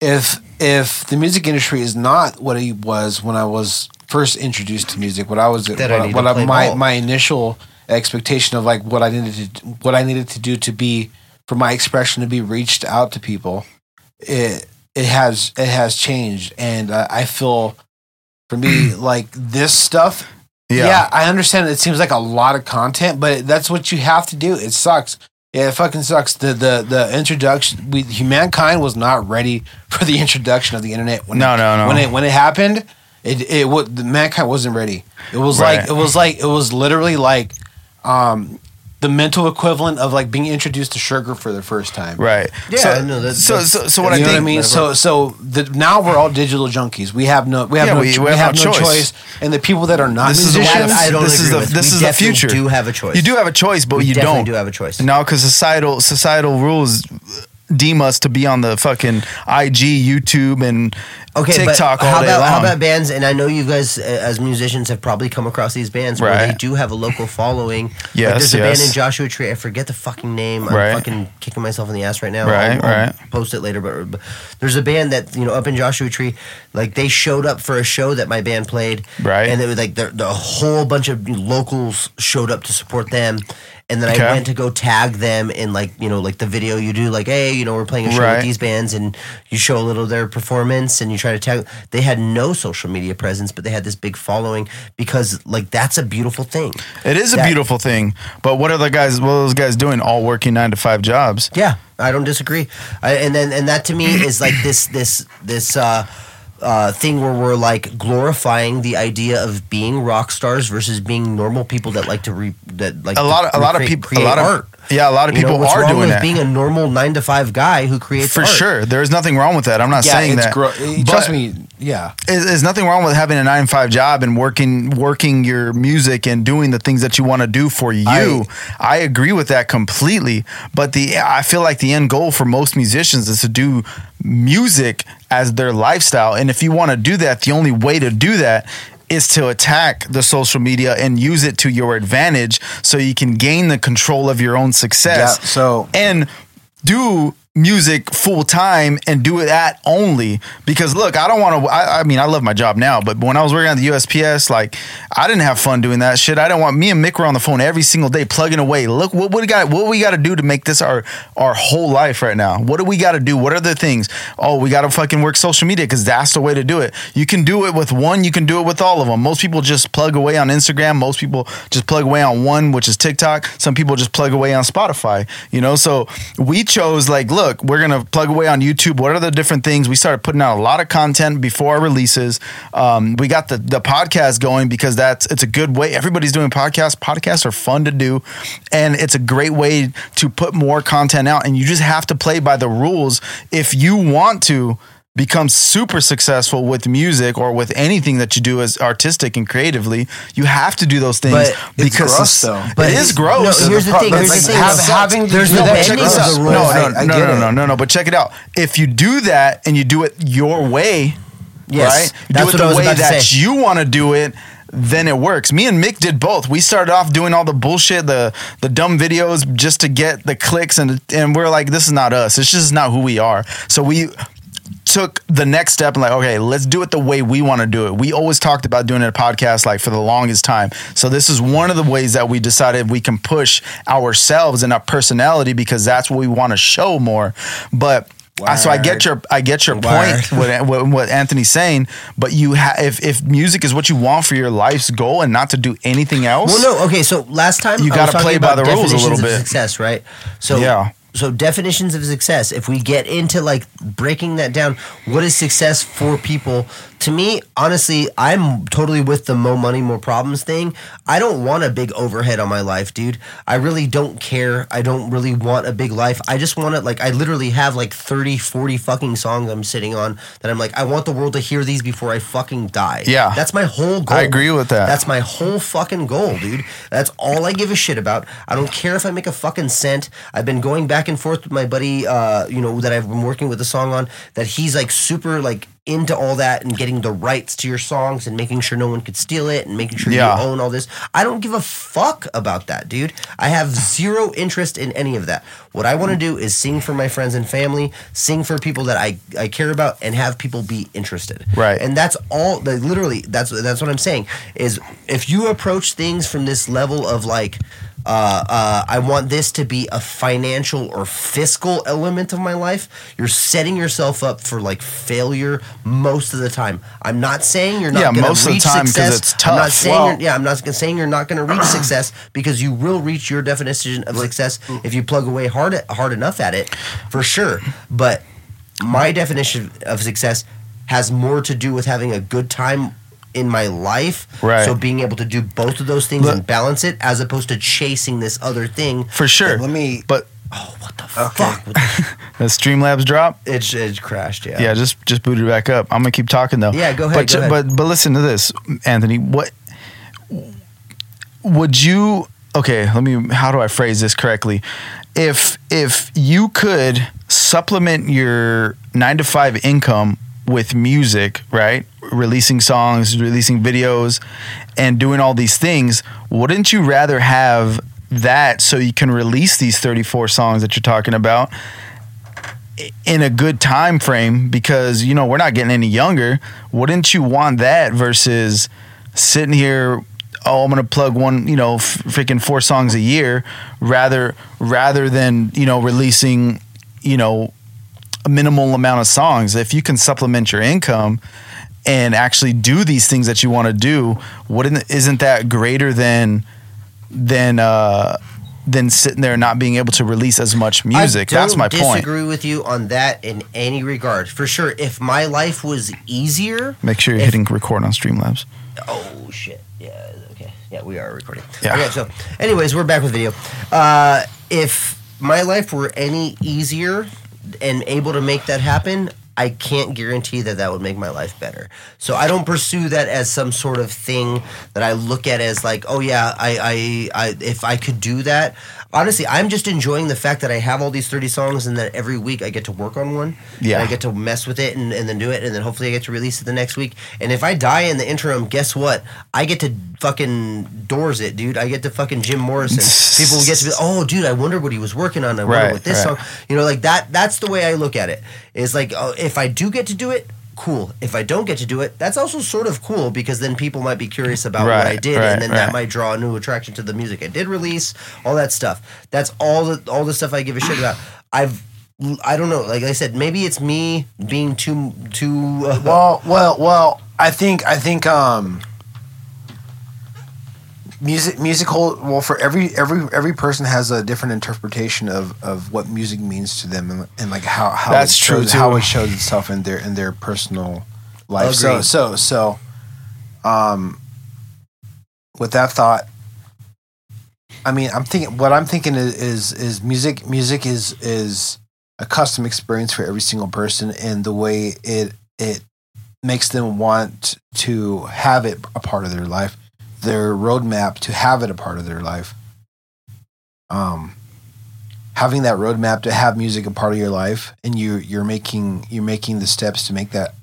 if if the music industry is not what it was when I was first introduced to music, what I was Then I what, need what to I- play my ball. my initial expectation of like what I needed to what I needed to do to be for my expression to be reached out to people, it it has it has changed, and uh, I feel *clears throat* for me like this stuff yeah. I understand. It seems like a lot of content, but that's what you have to do. It sucks. Yeah, it fucking sucks. The the the introduction. We humankind was not ready for the introduction of the internet. When No, it, no, no. When it when it happened, it it what mankind wasn't ready. It was Right. like it was like it was literally like, um, the mental equivalent of like being introduced to sugar for the first time. Right. Yeah, So, I know, that's- so, that's- so, so what I you know think. what I mean? So, so the, now we're all digital junkies. We have no, we have Yeah, no, we- ch- we we have have no no choice. choice. And the people that are not This is the musicians, one- I don't this is agree the- with. this we is the definitely future. Do have a choice. You do have a choice, but We you definitely don't. do have a choice. No, because societal societal rules uh, deem us to be on the fucking IG, YouTube, and okay, TikTok but all how day about long. how about bands? And I know you guys, uh, as musicians, have probably come across these bands where they Right. do have a *laughs* local following. Yes, like there's a band yes. in Joshua Tree. I forget the fucking name. Right. I'm fucking kicking myself in the ass right now. Right, I'll, I'll right. Post it later, but, but there's a band that you know up in Joshua Tree. Like they showed up for a show that my band played. Right. and it was like the, the whole bunch of locals showed up to support them. And then Okay. I went to go tag them in like you know like the video you do like hey you know we're playing a show Right. with these bands and you show a little of their performance and you try to tag they had no social media presence but they had this big following because like that's a beautiful thing it is a that- beautiful thing, but what are the guys? What are those guys doing? All working nine to five jobs. yeah i don't disagree I, and then and that to *clears throat* me is like this this this uh uh, thing where we're like glorifying the idea of being rock stars versus being normal people that like to re that like A to lot, of, a lot of recreate- people, a create lot of art. yeah, a lot of You know, people what's are wrong doing with that being a normal nine to five guy who creates for art. sure. There's nothing wrong with that. I'm not yeah, saying it's that. Gro- but- trust me, yeah. is, is nothing wrong with having a nine to five job and working working your music and doing the things that you want to do for you. I, agree with that completely. But the I feel like the end goal for most musicians is to do music as their lifestyle. And if you want to do that, the only way to do that is to attack the social media and use it to your advantage so you can gain the control of your own success. Yeah, so- and do music full time and do it at only because look i don't want to I, I mean i love my job now but when i was working at the usps like i didn't have fun doing that shit i didn't want me and mick were on the phone every single day plugging away look what, what we got what we got to do to make this our our whole life right now what do we got to do what are the things oh we got to fucking work social media because that's the way to do it you can do it with one you can do it with all of them most people just plug away on instagram most people just plug away on one which is tiktok some people just plug away on spotify you know so we chose like look we're gonna plug away on youtube what are the different things we started putting out a lot of content before our releases um, we got the the podcast going because that's it's a good way everybody's doing podcasts podcasts are fun to do and it's a great way to put more content out and you just have to play by the rules if you want to become super successful with music or with anything that you do as artistic and creatively you have to do those things But it's because gross, though. but But it it's- is gross no, here's the pro- thing. but Here's like the thing. have- it sucks. having to there's do no that, bending check this of out. the no, rules. no, I- no, I no, get no, it. no, no, no. But check it out. If you do that and you do it your way, Yes, right? that's You do it what the I was way about to that say. you want to do it. Then it works. Me and Mick did both. We started off doing all the bullshit, the the dumb videos, just to get the clicks, and and we're like, this is not us. It's just not who we are. So we took the next step and like, okay, let's do it the way we want to do it. We always talked about doing a podcast like for the longest time. So this is one of the ways that we decided we can push ourselves and our personality because that's what we want to show more. But I, so I get your I get your point what, *laughs* what, what Anthony's saying, but you ha- if if music is what you want for your life's goal and not to do anything else, Well, no. Okay, so last time You I was gotta talking play by about the rules a definitions little of bit. Success, right? So Yeah. So definitions of success. If we get into like breaking that down, what is success for people to me, honestly, I'm totally with the more money, more problems thing. I don't want a big overhead on my life, dude. I really don't care. I don't really want a big life. I just want to, like, I literally have like 30, 40 fucking songs I'm sitting on that I'm like, I want the world to hear these before I fucking die. Yeah. That's my whole goal. I agree with that. That's my whole fucking goal, dude. That's all I give a shit about. I don't care if I make a fucking cent. I've been going back and forth with my buddy, uh, you know, that I've been working with a song on, that he's like super, like, into all that and getting the rights to your songs and making sure no one could steal it and making sure Yeah. you own all this. I don't give a fuck about that, dude. I have zero interest in any of that. What I want to do is sing for my friends and family, sing for people that I, I care about, and have people be interested. Right. And that's all. Like, literally, that's that's what I'm saying. Is if you approach things from this level of like. Uh, uh, I want this to be a financial or fiscal element of my life. You're setting yourself up for like failure most of the time. I'm not saying you're not Yeah, gonna most of the reach time 'cause success. it's I'm not tough. saying Well- you're, yeah, I'm not gonna- saying you're not going to reach *clears throat* success because you will reach your definition of success if you plug away hard hard enough at it, for sure. But my definition of success has more to do with having a good time in my life. Right. So being able to do both of those things Look- and balance it as opposed to chasing this other thing. for sure. Let me. But Oh, what the fuck? What the- the Streamlabs drop. It, it crashed, yeah. Yeah, just just boot it back up. I'm gonna keep talking though. Yeah, go ahead, But go ahead. but but listen to this, Anthony. What would you? Okay, let me. How do I phrase this correctly? If if you could supplement your nine to five income with music, right? Releasing songs, releasing videos, and doing all these things, wouldn't you rather have that so you can release these 34 songs that you're talking about in a good time frame because you know we're not getting any younger wouldn't you want that versus sitting here oh i'm gonna plug one you know f- freaking four songs a year rather rather than you know releasing you know a minimal amount of songs if you can supplement your income and actually do these things that you want to do wouldn't isn't that greater than than uh than sitting there not being able to release as much music I don't that's my point Disagree with you on that in any regard, for sure. If my life was easier, Make sure you're If- hitting record on Streamlabs. oh shit, yeah, okay, yeah, we are recording. Yeah. Okay, so, anyways, we're back with video. Uh, if my life were any easier and able to make that happen. I can't guarantee that that would make my life better. So I don't pursue that as some sort of thing that I look at as like, oh yeah, I, I, I if I could do that. Honestly, I'm just enjoying the fact that I have all these 30 songs and that every week I get to work on one. Yeah. And I get to mess with it and, and then do it and then hopefully I get to release it the next week. And if I die in the interim, guess what? I get to fucking doors it, dude. I get to fucking Jim *laughs* Morrison. People get to be, oh, dude, I wonder what he was working on. I wonder Right, what this right. song. You know, like that. That's the way I look at it. Is like, oh, if I do get to do it. Cool. If I don't get to do it, that's also sort of cool because then people might be curious about what I Right, did, right, and then right. that might draw a new attraction to the music I did release. All that stuff. That's all the all the stuff I give a shit about. I've I don't know. Like I said, maybe it's me being too too. Uh, Well, well, well. I think I think um, music music hold well for every every every person has a different interpretation of of what music means to them and, and like how how That's it true, shows, how too. it shows itself in their in their personal life. So Agreed. so so, um, with that thought, I mean, I'm thinking what I'm thinking is is, is music. Music is is a custom experience for every single person, and the way it it makes them want to have it a part of their life, their roadmap to have it a part of their life. Um, having that roadmap to have music a part of your life, and you you're making you're making the steps to make that,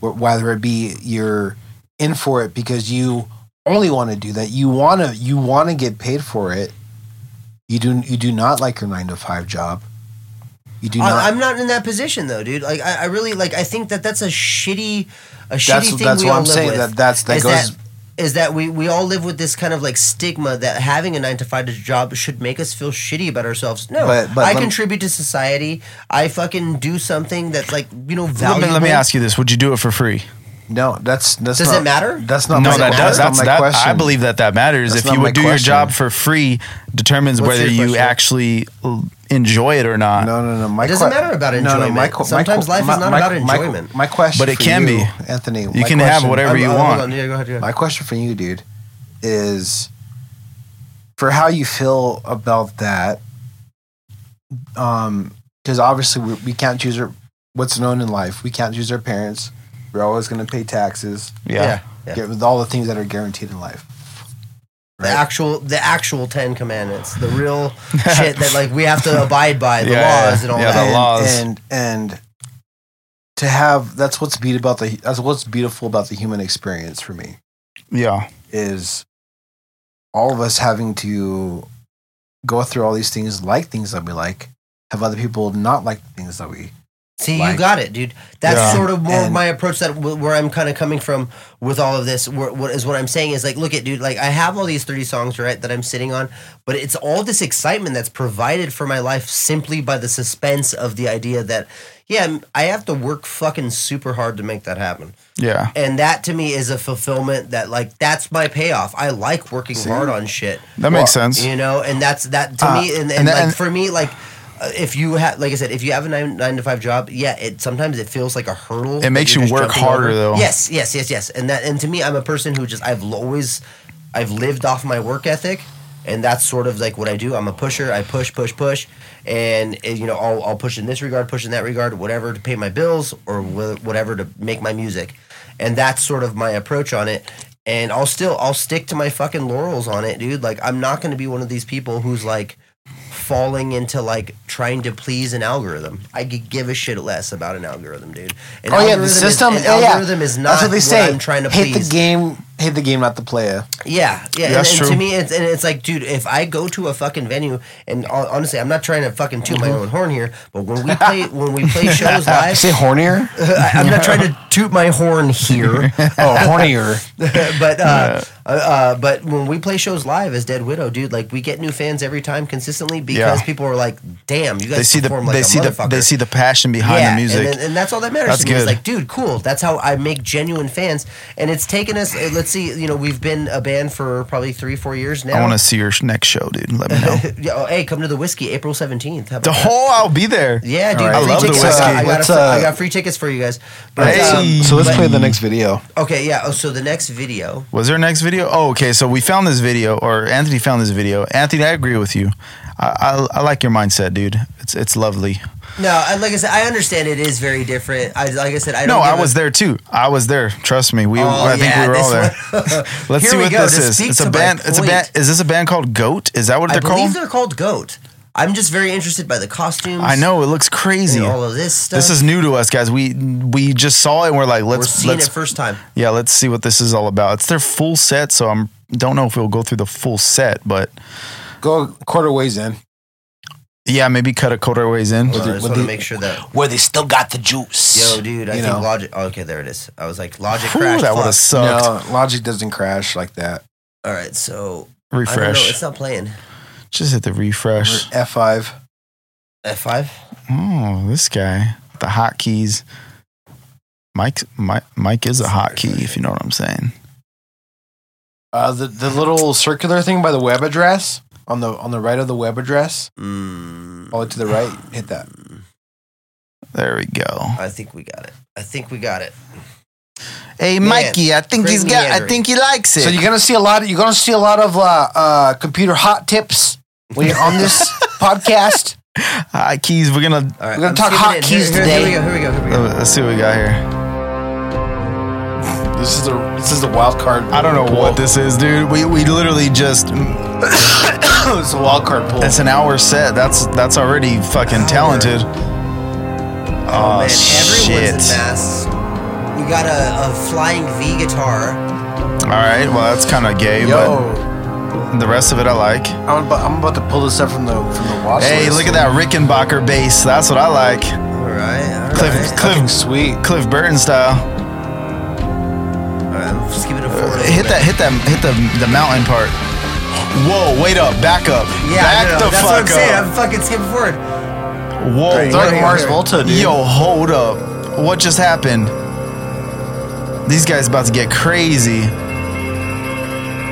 wh- whether it be you're in for it because you only want to do that. You want to you want to get paid for it. You do you do not like your nine to five job. You do not. I, Uh, I'm not in that position though, dude. Like I, I really like I think that that's a shitty, a that's shitty thing that's we what all I'm live saying. with. That that's that is goes. that is that we we all live with this kind of like stigma that having a nine to five job should make us feel shitty about ourselves. No, But- but I lem- contribute to society. I fucking do something that's like you know Let valuable. me, let me ask you this: Would you do it for free? No, that's that's. Does not, it matter? That's not. no, my, that does. that's not That's my that. question. I believe that that matters. That's if not you my would do your question. job for free, determines What's whether your you question? actually l- enjoy it or not. No, no, no. My It doesn't matter about enjoyment. Sometimes life is not about my- enjoyment. My, question, But it for can you, be. Anthony. You can have whatever you Uh, uh, want. Hold on. Yeah, go ahead. Go My ahead. question for you, dude, is for how you feel about that. Um, because obviously we, we can't choose our, what's known in life. We can't choose our parents. We're always going to pay taxes. Yeah. Yeah. Get with all the things that are guaranteed in life. The actual, the actual Ten Commandments, the *laughs* real shit that like we have to abide by the Yeah, yeah, laws and all yeah, the that. law- laws. and and to have that's what's beat about the that's what's beautiful about the human experience for me Yeah. is all of us having to go through all these things like things that we like have other people not like the things that we See, Like- you got it, dude. That's Yeah. sort of more of And- my approach that w- where I'm kind of coming from with all of this. Where, what is what I'm saying is like, look at, dude. Like, I have all these 30 songs right that I'm sitting on, but it's all this excitement that's provided for my life simply by the suspense of the idea that, yeah, m- I have to work fucking super hard to make that happen, Yeah. and that to me is a fulfillment that like that's my payoff. I like working hard on shit. That makes sense. You know, and that's that to Uh, me, and, and, and- like and- for me, like uh, if you have, like I said, if you have a nine nine to five job, yeah, it sometimes it feels like a hurdle. that makes you're you just work jumping harder, though. Yes, yes, yes, yes, and that and to me, I'm a person who just I've l- always I've lived off my work ethic. And that's sort of like what I do. I'm a pusher. I push, push, push, and uh, you know I'll, I'll push in this regard, push in that regard, whatever to pay my bills or wh- whatever to make my music, and that's sort of my approach on it and I'll still I'll stick to my fucking laurels on it, dude. Like I'm not going to be one of these people who's like falling into like trying to please an algorithm. I could give a shit less about an algorithm, dude. An oh yeah algorithm the is- system an yeah, yeah. algorithm is not that's what they say I'm trying to hate please. the game hate the game not the player Yeah, yeah, and, That's and true. to me, it's and it's like, dude, if I go to a fucking venue, and hon- honestly, I'm not trying to fucking toot Mm-hmm. my own horn here, but when we play when we *laughs* play shows live, Say hornier? I, I'm not trying to toot my horn *laughs* here, Oh, hornier. *laughs* but uh, uh, uh, but when we play shows live as Dead Widow, dude, like we get new fans every time consistently because Yeah. people are like, "Damn, you guys They see the perform like they a see the motherfucker." they see the passion behind the music. And, and that's all that matters That's to me. It's good. like, dude, cool. That's how I make genuine fans. And it's taken us. uh, Let's see. You know, we've been a band for probably three, four years now. I *laughs* want to see your sh- next show, dude. Let me know. Yeah, oh, hey, come to the whiskey, April seventeenth. the whole I'll be there. Yeah, dude. I free love the tickets. whiskey. Uh, I, got a Let's, fr- uh, I got free tickets for you guys. But, Hey. um, so let's but- play the next video Okay, yeah. Oh, so the next video. Was there a next video? Oh, okay. So we found this video, or Anthony found this video. Anthony, I agree with you. I, I, I like your mindset, dude. It's it's lovely. No, I, like I said, I understand it is very different. I like I said, I No, don't I give a- was there too. I was there. Trust me. We, Oh, I think yeah, we were all there. this one. *laughs* Let's Here see we what go, this to is. speak It's a to my band. It's a band. point. Is this a band called Goat? Is that what I they're believe called? they're called goat. I'm just very interested by the costumes. I know it looks crazy. and all of this stuff. This is new to us, guys. We we just saw it. and We're like, we're let's seeing let's it first time. yeah, let's see what this is all about. It's their full set, so I'm don't know if we'll go through the full set, but go quarter ways in yeah, maybe cut a quarter ways in. Hold on, I just with want to the- make sure that. Where they still got the juice. Yo, dude, I You think know. Logic. oh, okay, there it is. I was like, Logic Whew, crashed. that would have fuck. sucked. no logic doesn't crash like that All right, so I don't know. Refresh. It's not playing. Just hit the refresh. f5 F five. Oh, this guy, the hotkeys. Mike, Mike, Mike is a hotkey, if you know what I'm saying. Uh, the the little circular thing by the web address on the on the right of the web address, Mm, all the way to the right, hit that. There we go. I think we got it. I think we got it. Hey, Man, Mikey, I think he's Craig got. I Meandering. think he likes it. So you're gonna see a lot. Of, you're gonna see a lot of uh, uh, computer hot tips when you're on this podcast. Hot keys. We're gonna All right, We're gonna I'm talk skipping it. hotkeys Here- here- today. Here we go. Here we go. Here we go. uh, let's see what we got here. This is the this is the wild card. I don't know what this is, dude. We we literally just. *coughs* *coughs* it's a wild card pool. It's an hour set. That's that's already fucking talented. Oh, man, everyone's shit. in masks. We got a, a flying V guitar. All right. Well, that's kind of gay, Yo, but the rest of it I like. I'm about, I'm about to pull this up from the from the watch. Hey, list. look at that Rickenbacker bass. That's what I like. All right, all Cliff right. Fucking Cliff sweet. Cliff Burton style. All right, I'm just giving it a four. a little Hit that. bit. Hit that. Hit the the mountain part. Whoa! Wait up. Back up. Yeah, back I know. the that's what fuck I'm saying. up. I'm fucking skipping *laughs* forward. Whoa! Right, It's like Here, Mars here. Volta, dude. Yo, hold up. What just happened? These guys about to get crazy.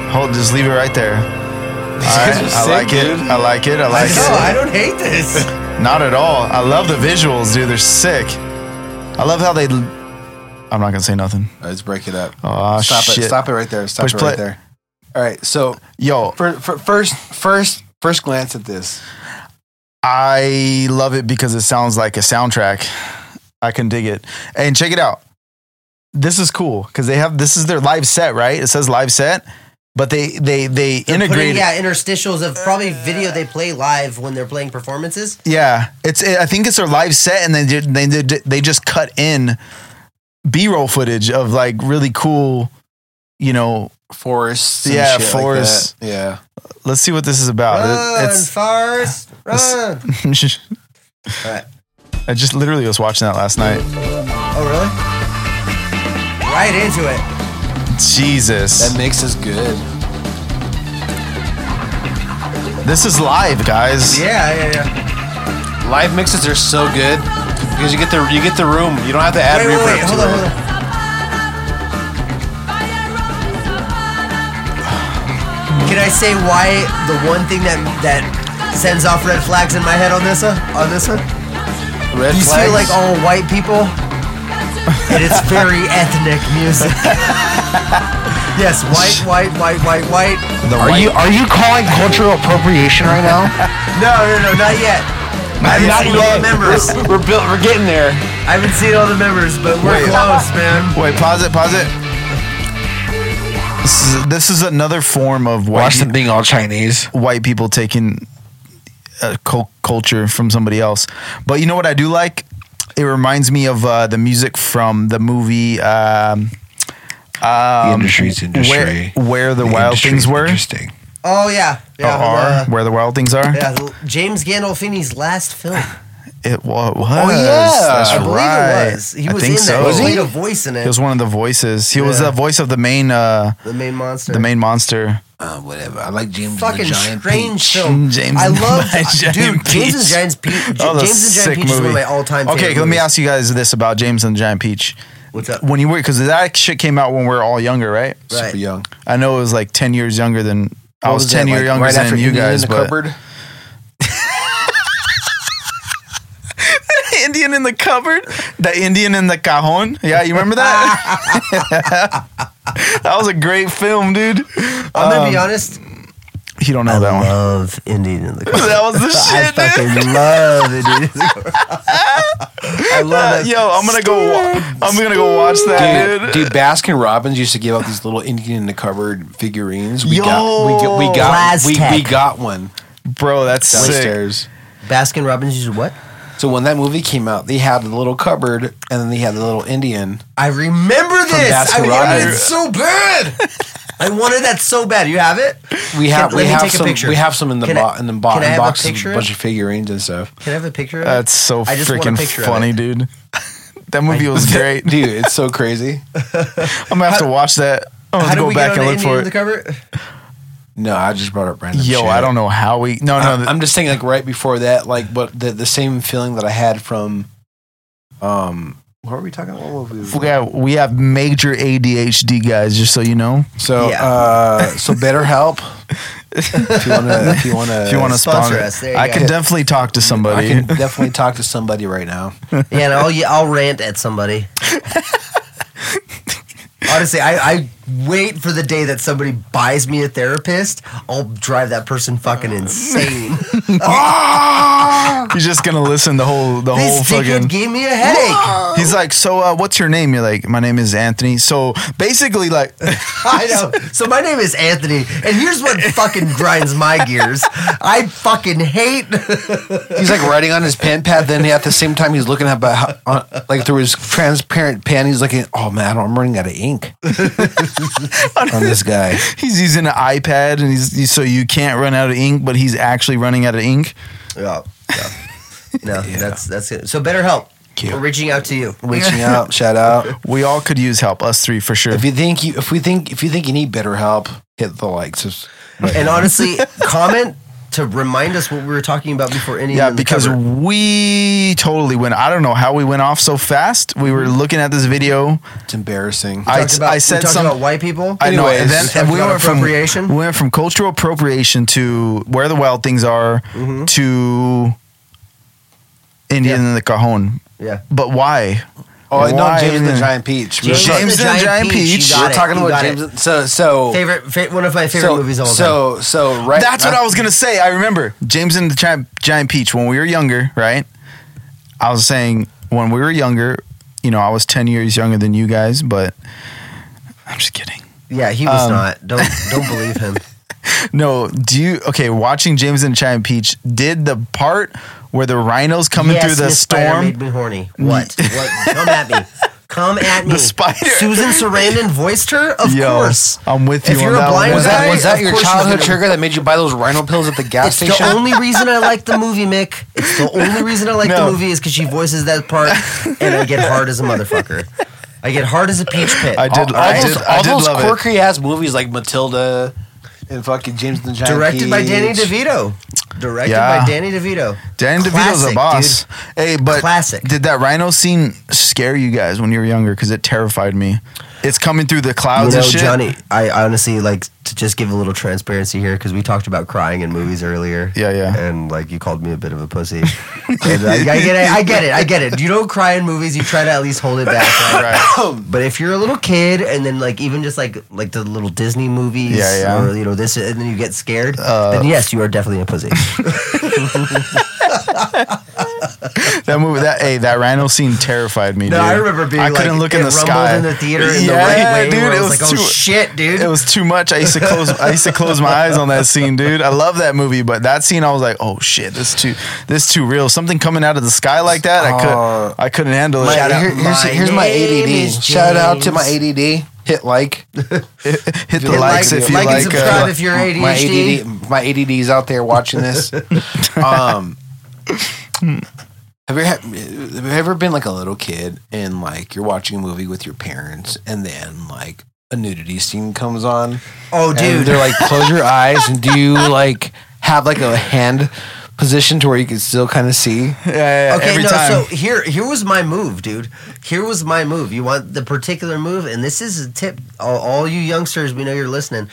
Hold, just leave it right there. Alright, I like it. I like it. I like No, it. I don't hate *laughs* this. Not at all. I love the visuals, dude. They're sick. I love how they. I'm not gonna say nothing. Let's break it up. Oh stop shit! it! Stop it right there! Stop Push it play. right there! All right. So Yo, for, for first, first, first glance at this, I love it because it sounds like a soundtrack. I can dig it. And check it out. This is cool because they have this is their live set, right? It says live set, but they they they They're integrate. putting, it. yeah, interstitials of probably video they play live when they're playing performances. Yeah, it's. It, I think it's their live set, and they did, they did, they just cut in B roll footage of like really cool. You know, forests. and Yeah, shit like forests. that. yeah. let's see what this is about. It- Run, it's. Forrest, run. *laughs* Alright. I just literally was watching that last night. Oh, really? Right into it. Jesus, That makes us good. this is live, guys. Yeah, yeah, yeah. Live mixes are so good because you get the you get the room. You don't have to add Wait, wait, reverb wait. to Hold it. on, hold on. Can I say why the one thing that that sends off red flags in my head on this one? On this one? Red You flags. feel like all white people, and it's very ethnic music. *laughs* yes, white, white, white, white, white. The Are white- you are you calling cultural appropriation right now? No, no, no, not yet. I haven't Not seen all yet. the *laughs* members. We're built. We're getting there. I haven't seen all the members, but we're Wait. close, man. Wait, pause it, pause it. This is this is another form of white, Watch them being all Chinese. white people taking uh, cul- culture from somebody else. But you know what I do like? It reminds me of uh, the music from the movie um, Um, the industry's where, industry. where the, The Wild industry's Things Were, Interesting. Oh yeah, yeah. or are, uh, Where the Wild Things Are. yeah, the- James Gandolfini's last film. It wa- was. Oh, yeah. That's I believe right. it was. He I was in think that. so. he? played a voice in He it. was one of the voices. He was Yeah. the voice of the main, uh, the main monster. the main monster. Uh, whatever. I like James fucking strange film. *laughs* James I and the love dude. Giant James and Peach. Giant Peach. Oh, that's James and sick Giant Peach is one of movie. my all-time. Okay, favorite let me movies. ask you guys this about James and the Giant Peach. What's up? When you were, because that shit came out when we were all younger, right? Right. Super young. I know it was like ten years younger than I What was, that, ten years like, younger right than after you Indian in guys. the but cupboard? *laughs* Indian in the cupboard, the Indian in the cajon. Yeah, you remember that? *laughs* that was a great film, dude. I'm gonna be honest. You don't know I um, Oh, that one. love Indian in the car. *laughs* That was the I shit, dude. fucking love Indian in the car. I *laughs* love that. Yo, I'm gonna go. wa- I'm gonna go watch that, Dude, dude. dude, Baskin Robbins used to give out these little Indian in the cupboard figurines. We Yo. got, we got, we got, we, we Blastech. got one Bro, that's sick. downstairs. Baskin Robbins used what? So when that movie came out, they had the little cupboard, and then they had the little Indian. I remember this. I wanted Baskin it Robbins. so bad. I wanted that so bad. You have it? Can- We have let we me have take a some picture. we have some in the Can bo- I- in the bo- can I in have a boxes, with picture? a bunch of figurines and stuff. Can I have a picture of That's it? so I just want a freaking picture of funny, it. dude. *laughs* that movie was *laughs* great. Dude, it's so crazy. I'm gonna have to watch that. I'm gonna How have to do go we back get on and to look Indian for in the it. cupboard? No, I just brought up random. Yo, shit. I don't know how we. No, no. I'm, I'm just saying, like right before that, like, but the the same feeling that I had from, um, what were we talking about? What movie was we have we have major ADHD guys, just so you know. it? So, Yeah. uh, so *laughs* BetterHelp. if you wanna, if you wanna, If you want to Uh, sponsor sponsor us, there you I go. can definitely talk to I somebody. *laughs* can definitely talk to somebody right now. Yeah, and I'll yeah, I'll rant at *laughs* somebody. Honestly, I, I wait for the day that somebody buys me a therapist. I'll drive that person fucking *laughs* insane. You're just gonna listen the whole the Ah! this whole dickhead fucking. gave me a *laughs* headache. He's like, so uh, what's your name? You're like, my name is Anthony. So basically, like, *laughs* I know. So my name is Anthony, and here's what fucking grinds my gears. I fucking hate. *laughs* He's like writing on his pen pad. Then at the same time, he's looking up at, on, like through his transparent pen. He's looking. Oh man, I'm running out of ink on this guy. he's using an iPad, and he's, he's so you can't run out of ink, but he's actually running out of ink. Yeah, yeah. No, that's that's it. So BetterHelp, we're reaching out to you. Reaching out, shout out. We all could use help, us three for sure. If you think you, if we think, if you think you need better help, hit the likes. And honestly, comment to remind us what we were talking about before any. Yeah, because we totally went. I don't know how we went off so fast. We were looking at this video. It's embarrassing. I, talked Mm-hmm. about, I said we talked some. about white people. I know, and then Anyways, and talked we about went from appropriation. we went from cultural appropriation to where the wild things are to Indian Mm-hmm. Yeah. in the Cajon. yeah, but why? Oh, I know Why James and the Indian? Giant Peach. James Look, and James the and Giant the Giant Peach, you Peach. got we're it, talking you about got James. it. and- So, so Favorite, fa- one of my favorite so, movies of all time. so, so right. uh, That's what I was gonna say. I remember James and the Giant, Giant Peach when we were younger, right? I was saying when we were younger, you know, I was ten years younger than you guys, but I'm just kidding. Yeah, he was Um, not. Don't don't believe him. No, do you okay? Watching James and the Giant Peach did the part where the rhinos *laughs* coming yes, through the Miss Spider storm. made me horny. *laughs* What? what? Come at me. Come at me. The spider. Susan Sarandon voiced her. Of Yo, course. I'm with If you you're on a that one. blind Was guy, that was of that your course she's childhood gonna- trigger that made you buy those Rhino pills at the gas It's the station? only reason I like the movie, Mick. It's the only reason I like No. the movie is because she voices that part, and I get hard as a motherfucker. I get hard as a peach pit. I did. all, I those, did. I all did those love it. quirky ass movies like Matilda and fucking James and the Giant Directed by Danny Peach. DeVito. Directed Yeah. by Danny DeVito. Dan DeVito's a Classic, boss. dude. Hey, but Classic. Did that rhino scene scare you guys when you were younger? Because it terrified me. It's coming through the You clouds know, and shit. Johnny, I honestly like to just give a little transparency here because we talked about crying in movies earlier. Yeah, yeah. And like you called me a bit of a pussy. *laughs* And, like, I get it. I get it. I get it. You don't cry in movies. You try to at least hold it back. Right? *coughs* But if you're a little kid and then like even just like like the little Disney movies, Yeah, yeah. Uh, or you know this, and then you get scared, then yes, you are definitely a *laughs* pussy. That movie, that hey, that rhino scene terrified me. no, dude. I remember being I like couldn't look it in the rumbled sky in the theater in the Yeah, right way. dude, where I it was, was like, too- oh shit, dude. It was too much. I used to close. I used to close my eyes on that scene, dude. I love that movie, but that scene, I was like, oh shit, this too, this too real. Something coming out of the sky like that, I Uh, could, I couldn't handle it. Shout out, Here- here's, my here's my name is ADD. Shout out to my James. ADD. Hit like. Hit the Hit likes if you like. like and subscribe uh, if you're My ADHD. ADD. My ADD's out there *laughs* watching this. um, have you had, have you ever been like a little kid and like you're watching a movie with your parents and then like a nudity scene comes on? Oh, And dude. they're like, close your eyes and do you like have like a hand position to where you can still kind of see? yeah, yeah, yeah, Okay, Uh, every no. time. So here, here was my move, dude. Here was my move. You want the particular move, and this is a tip. All, all you youngsters, we know you're listening.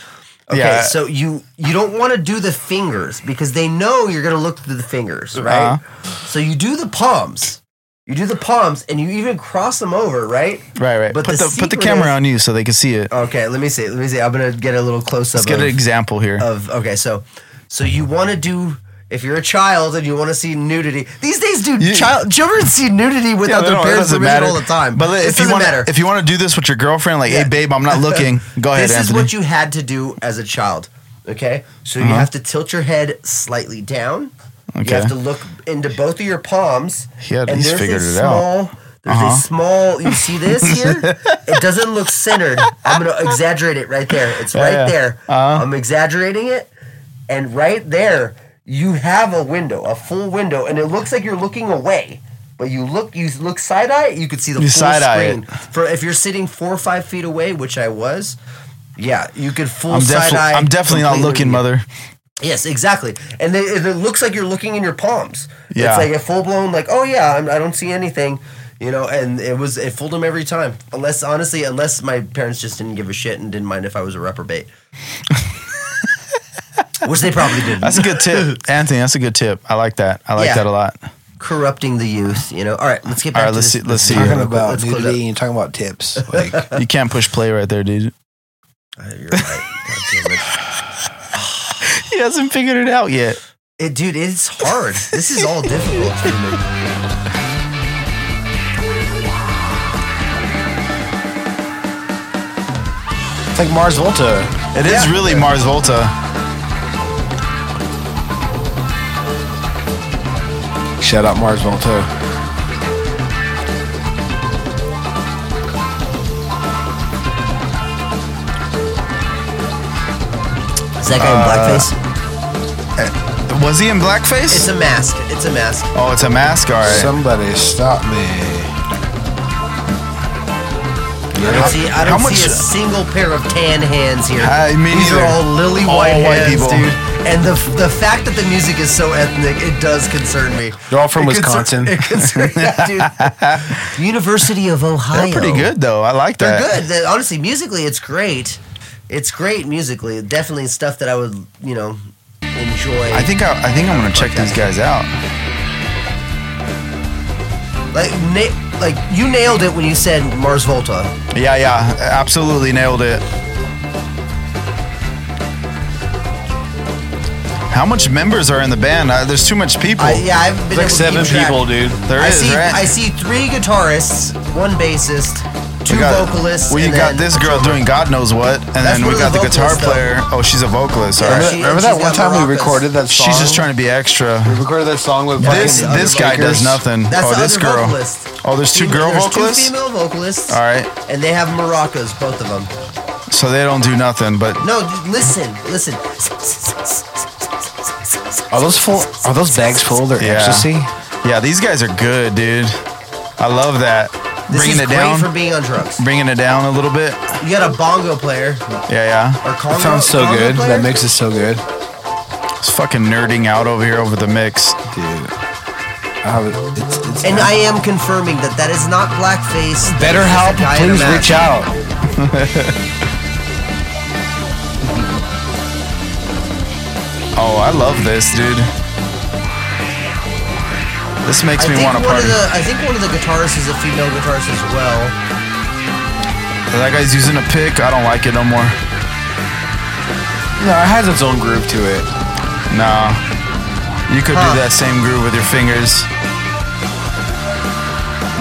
Okay, Yeah. so you you don't want to do the fingers because they know you're gonna look through the fingers, right? Uh-huh. So you do the palms. You do the palms, and you even cross them over, right? right, right. But put the the, put the secret camera is- on you so they can see it. Okay, let me see. Let me see. I'm gonna get a little close up. Let's get an example here. of okay, so so you want to do if you're a child and you want to see nudity these days, dude, You- child children see nudity without Yeah, their no, it parents' doesn't permission matter. all the time. But This if you doesn't want, matter. if you want to do this with your girlfriend, like, Yeah. hey, babe, I'm *laughs* not looking. Go ahead, this Anthony. Uh-huh. is what you had to do as a child. Okay, so you have to tilt your head slightly down. Okay. You have to look into both of your palms. He at and least there's figured a it small, There's Uh-huh. a small. You see *laughs* this here? it doesn't look centered. I'm gonna exaggerate it right there. It's right yeah. there. Uh-huh. I'm exaggerating it, and right there you have a window, a full window, and it looks like you're looking away. But you look, you look side eye. You could see the You full side-eye it. screen. For if you're sitting four or five feet away, which I was, yeah, you could full I'm, side defi- eye. I'm definitely not completely looking, review. mother. Yes, exactly. And they, it it looks like you're looking in your palms. Yeah. It's like a full blown, like, oh yeah, I'm, I don't see anything. You know, and it was, it fooled them every time. Unless, honestly, unless my parents just didn't give a shit and didn't mind if I was a *laughs* reprobate. Which they probably didn't. That's a *laughs* good tip, Anthony. That's a good tip. I like that. I like Yeah. that a lot. Corrupting the youth, you know. All right, let's get back All right, to let's this- see- this let's see. video Talking real quick. about Let's close nudity and talking about *laughs* tips. Like, Uh, You can't push play right there, dude. up. Uh, You're right. God damn it. He hasn't figured it out yet. It, dude, it's hard. This is all *laughs* difficult for me. it's like Mars Volta. It is really Mars Volta. Shout out Mars Volta. Is that guy in Uh, blackface? Was he in blackface? It's a mask. It's a mask. oh, it's a mask. All right. Somebody stop me. I don't see, I How don't much- see a single pair of tan hands here. I- me These neither. are all lily All white white hands, people. dude. and the the fact that the music is so ethnic, it does concern me. They're all from It concer- *laughs* Wisconsin. it concerns- yeah, *laughs* dude. University of Ohio. They're pretty good though. I like They're that. good. They- honestly, musically, it's great. It's great musically. Definitely stuff that I would, you know, enjoy. I think I, I think I'm gonna check these guys out. like, na- like you nailed it when you said Mars Volta. Yeah, yeah, absolutely nailed it. How much members are in the band? Uh, there's too much people. I, yeah, I've been Like able to seven keep track. people, dude. there I is, see. right? I see three guitarists, one bassist, two We got- vocalists. Well, you and got then- this girl doing God knows what, and then one we of got the the, guitar vocalists, though. player. Oh, she's a vocalist. All Yeah, right. she- Remember and that she's got one time we maracas. recorded that song? She's just trying to be extra. We recorded that song with This fucking this other guy Lakers. does nothing. That's oh, the this other girl. vocalist. Oh, there's two Fem- girl there's vocalists. Two female vocalists. All right, And they have maracas, both of them. so they don't do nothing, but No, d- listen, listen. Oh, Are those full? Are those bags full of their Yeah. ecstasy? yeah, these guys are good, dude. I love that. This bringing is it great down, for being on drugs. bringing it down a little bit. You got a bongo player Yeah, yeah. or conga. That sounds so conga good. Player? That makes it so good. It's fucking nerding out over here over the mix. I would- it's- it's- And I am confirming that that is not blackface. that better is just help, a guy in a please mask. reach out. *laughs* Oh, I love this, dude. This I makes me think want to one of party. the I think one of the guitarists is a female guitarist as well. That guy's using a pick. I don't like it no more. No, it has its own groove to it. Nah. You could Huh. do that same groove with your fingers.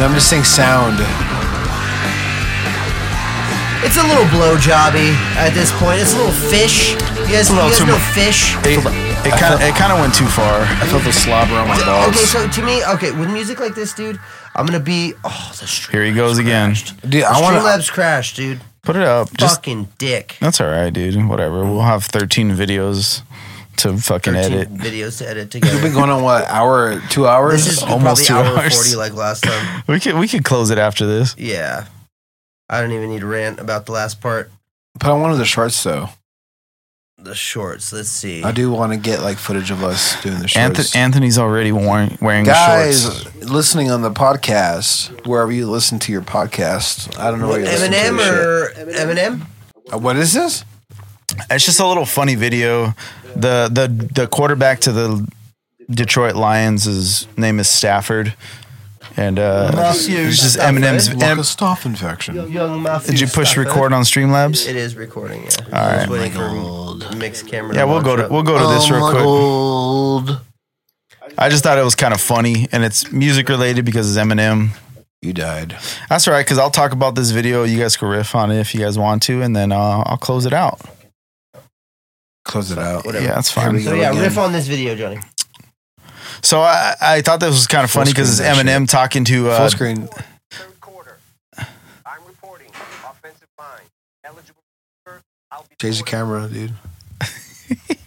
No, I'm just saying sound. It's a little blowjobby at this point. It's a little fish. You guys, you little guys too know much. fish. It it kind of it kind of went too far. I felt the slobber on my balls. Okay, so to me, okay, with music like this, dude, I'm gonna be oh the street. Here he goes again. Dude, I want to. Streamlabs crash, dude. Put it up. Just Fucking dick. that's all right, dude. Whatever. We'll have 13 videos to fucking 13 edit. videos to edit We've been together. going on what hour? Two hours? This is almost two probably hour hours. forty like last time. We could we could close it after this. Yeah, I don't even need to rant about the last part. Put on one of the shorts though. The shorts. Let's see. I do want to get like footage of us doing the shorts. Anthony, Anthony's already wearing wearing Guys shorts. listening on the podcast, wherever you listen to your podcast, I don't know where you listen to Eminem this shit. or Eminem? Uh, What is this? It's just a little funny video. The the the quarterback to the Detroit Lions' his name is Stafford, and uh, it's just Eminem's. Em- staph infection. Young Mafia. did you push Stop it. record on Streamlabs? It is recording. Yeah. All right. Just waiting for mixed camera. Yeah, we'll go to we'll go to Oh this real quick. I just thought it was kind of funny, and it's music related because it's Eminem. You died. That's all right, because I'll talk about this video. You guys can riff on it if you guys want to, and then uh, I'll close it out. Close it out. Whatever. Yeah, that's fine. So yeah, riff on this video, Johnny. So I, I thought this was kind of funny because it's screen that Eminem talking to Full uh, screen. third quarter. I'm reporting offensive line. Eligible receiver, I'll be Change the camera, dude.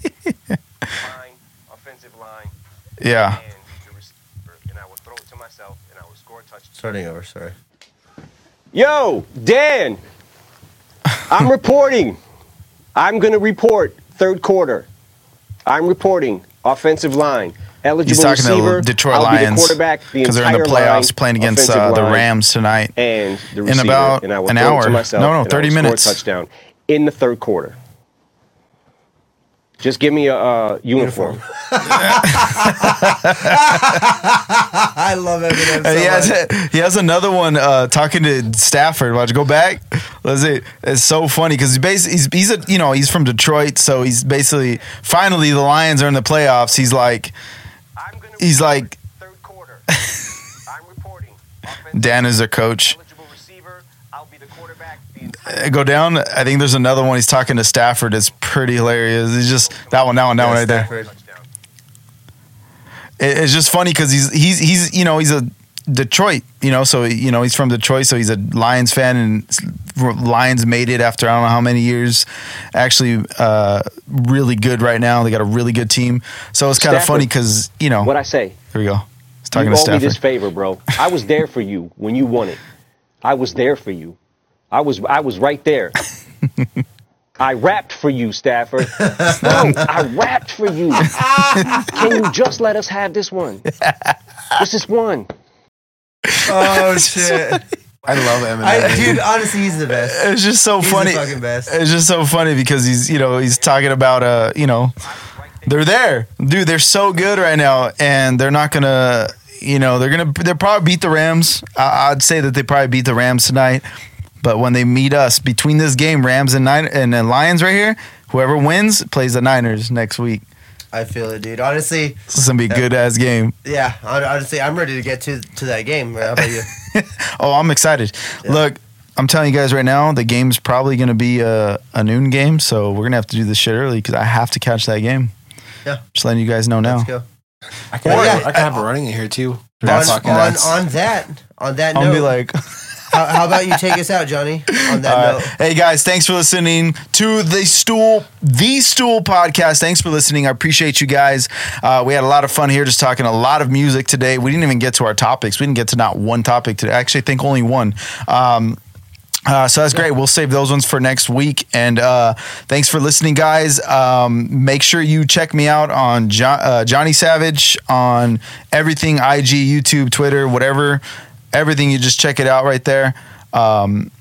line, offensive line, yeah. and the receiver, and I will throw it to myself, and I will score a touchdown. Starting over. Sorry. Yo, Dan. *laughs* I'm reporting. I'm going to report third quarter. I'm reporting offensive line. Eligible He's talking receiver. to the Detroit I'll be the Lions quarterback the because they're in the entire line, playoffs playing against offensive uh, the line, Rams tonight. and the In receiver, about and I will an throw it hour. to myself, No, no, and I will 30 score a minutes. touchdown in the third quarter. Just give me a uh, uniform. I love Eminem. So And Uh, he much. has he has another one uh, talking to Stafford. Watch, go back. Let's see. It's so funny because basically he's he's a, you know he's from Detroit, so he's basically finally the Lions are in the playoffs. He's like I'm gonna He's report like- third quarter. I'm reporting. Offensive Dan is their coach. eligible receiver. I'll be the quarterback. The Uh, Go down. I think there's another one. He's talking to Stafford. It's pretty hilarious. It's just that one, that one, that one right there. Stafford. touchdown. it, it's just funny because he's he's he's you know he's a Detroit you know so you know he's from Detroit so he's a Lions fan and s- Lions made it after I don't know how many years actually uh, really good right now they got a really good team so it's kind of Stafford. funny because you know What I say? here we go he's talking you to owe me this Stafford favor, bro. I was there for you *laughs* when you won it. I was there for you. I was I was right there. I rapped for you, Stafford. No, I rapped for *laughs* you. Can you just let us have this one? This is one. Oh shit! I love Eminem. I, *laughs* dude, honestly, he's the best. It's just so He's funny. the fucking best. It's just so funny because he's you know he's talking about uh you know they're there, dude. They're so good right now, and they're not gonna you know they're gonna they'll probably beat the Rams. I, I'd say that they probably beat the Rams tonight. But when they meet us between this game, Rams and nine and the Lions right here, whoever wins plays the Niners next week. I feel it, dude. Honestly, This is gonna be a good ass game. yeah. hon- Honestly, I'm ready to get to to that game. How about *laughs* you? Oh, I'm excited. Look, I'm telling you guys right now, the game's probably going to be a, a noon game, so we're going to have to do this shit early because I have to catch that game. Yeah. Just letting you guys know now. Let's go. I can, Or- have, I can have a running in here too. That's on, fucking- on, that's- on that on that I'll note, be like, *laughs* how, how about you take us out, Johnny? On that all note, right. hey guys, thanks for listening to the Stool, the Stool podcast. Thanks for listening. I appreciate you guys. Uh, we had a lot of fun here, just talking a lot of music today. We didn't even get to our topics. We didn't get to not one topic today. I actually think only one. Um, Uh, so that's great. We'll save those ones for next week. And uh, thanks for listening, guys. Um, make sure you check me out on jo- uh, Johnny Savage on everything IG, YouTube, Twitter, whatever. Everything. You just check it out right there. Um,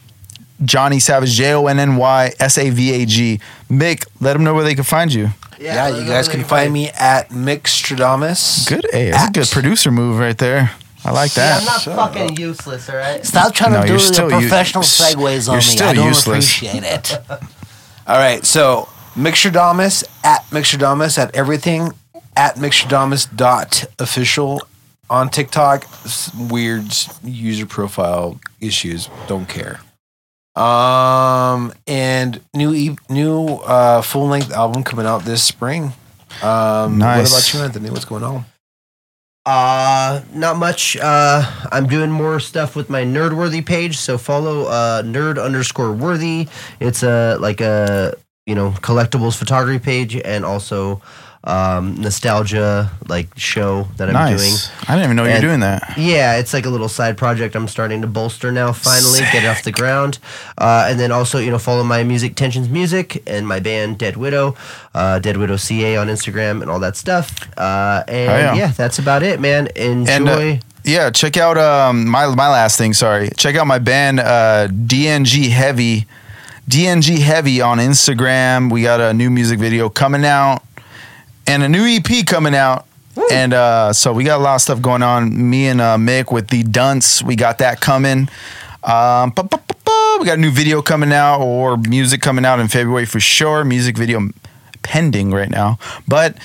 Johnny Savage, J O N N Y S A V A G. Mick, let them know where they can find you. Yeah, you guys can find me at Mixtradamus. Good, hey, that's a good producer move right there. I like that. I'm not fucking useless, all right? Stop trying No, to you're do still the u- professional s- segues on me. you're still I don't useless. appreciate it. *laughs* All right, so Mixtradamus at Mixtradamus at everything at Mixtradamus dot official on TikTok. S- Weird user profile issues. Don't care. Um and new e- new uh full length album coming out this spring. Um Nice. what about you, Anthony? What's going on? Uh, not much. Uh, I'm doing more stuff with my Nerdworthy page, so follow uh, nerd underscore worthy. It's a like a you know collectibles photography page and also um, nostalgia like show that I'm nice. doing. I didn't even know you were And- doing that. Yeah, it's like a little side project I'm starting to bolster now. Finally, get it off the ground, uh, and then also you know follow my music Tensions Music and my band Dead Widow, uh, Dead Widow CA on Instagram and all that stuff. Uh, and yeah. yeah. that's about it, man. Enjoy. And, uh, yeah, check out um, my my last thing. Sorry, check out my band uh, DNG Heavy, DNG Heavy on Instagram. We got a new music video coming out and a new EP coming out. And uh, so we got a lot of stuff going on. Me and uh, Mick with the Dunce, we got that coming. Um, bu- bu- bu- bu- we got a new video coming out or music coming out in February for sure. Music video pending right now, but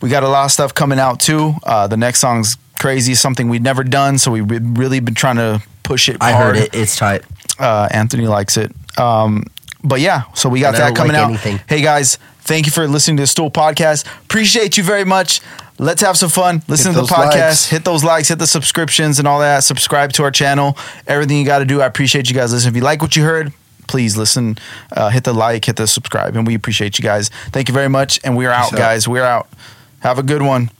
we got a lot of stuff coming out too. Uh, the next song's crazy, something we'd never done, so we've been- really been trying to push it. I hard. heard it. It's tight. Uh, Anthony likes it. Um, but yeah, so we got And I that don't coming like out. anything. Hey guys, thank you for listening to the Stool Podcast. Appreciate you very much. Let's have some fun. Listen to the those podcast. likes. Hit those likes. Hit the subscriptions and all that. Subscribe to our channel. Everything you got to do. I appreciate you guys listening. If you like what you heard, please listen. Uh, hit the like. Hit the subscribe. And we appreciate you guys. Thank you very much. And we're out, out. guys. We're out. Have a good one.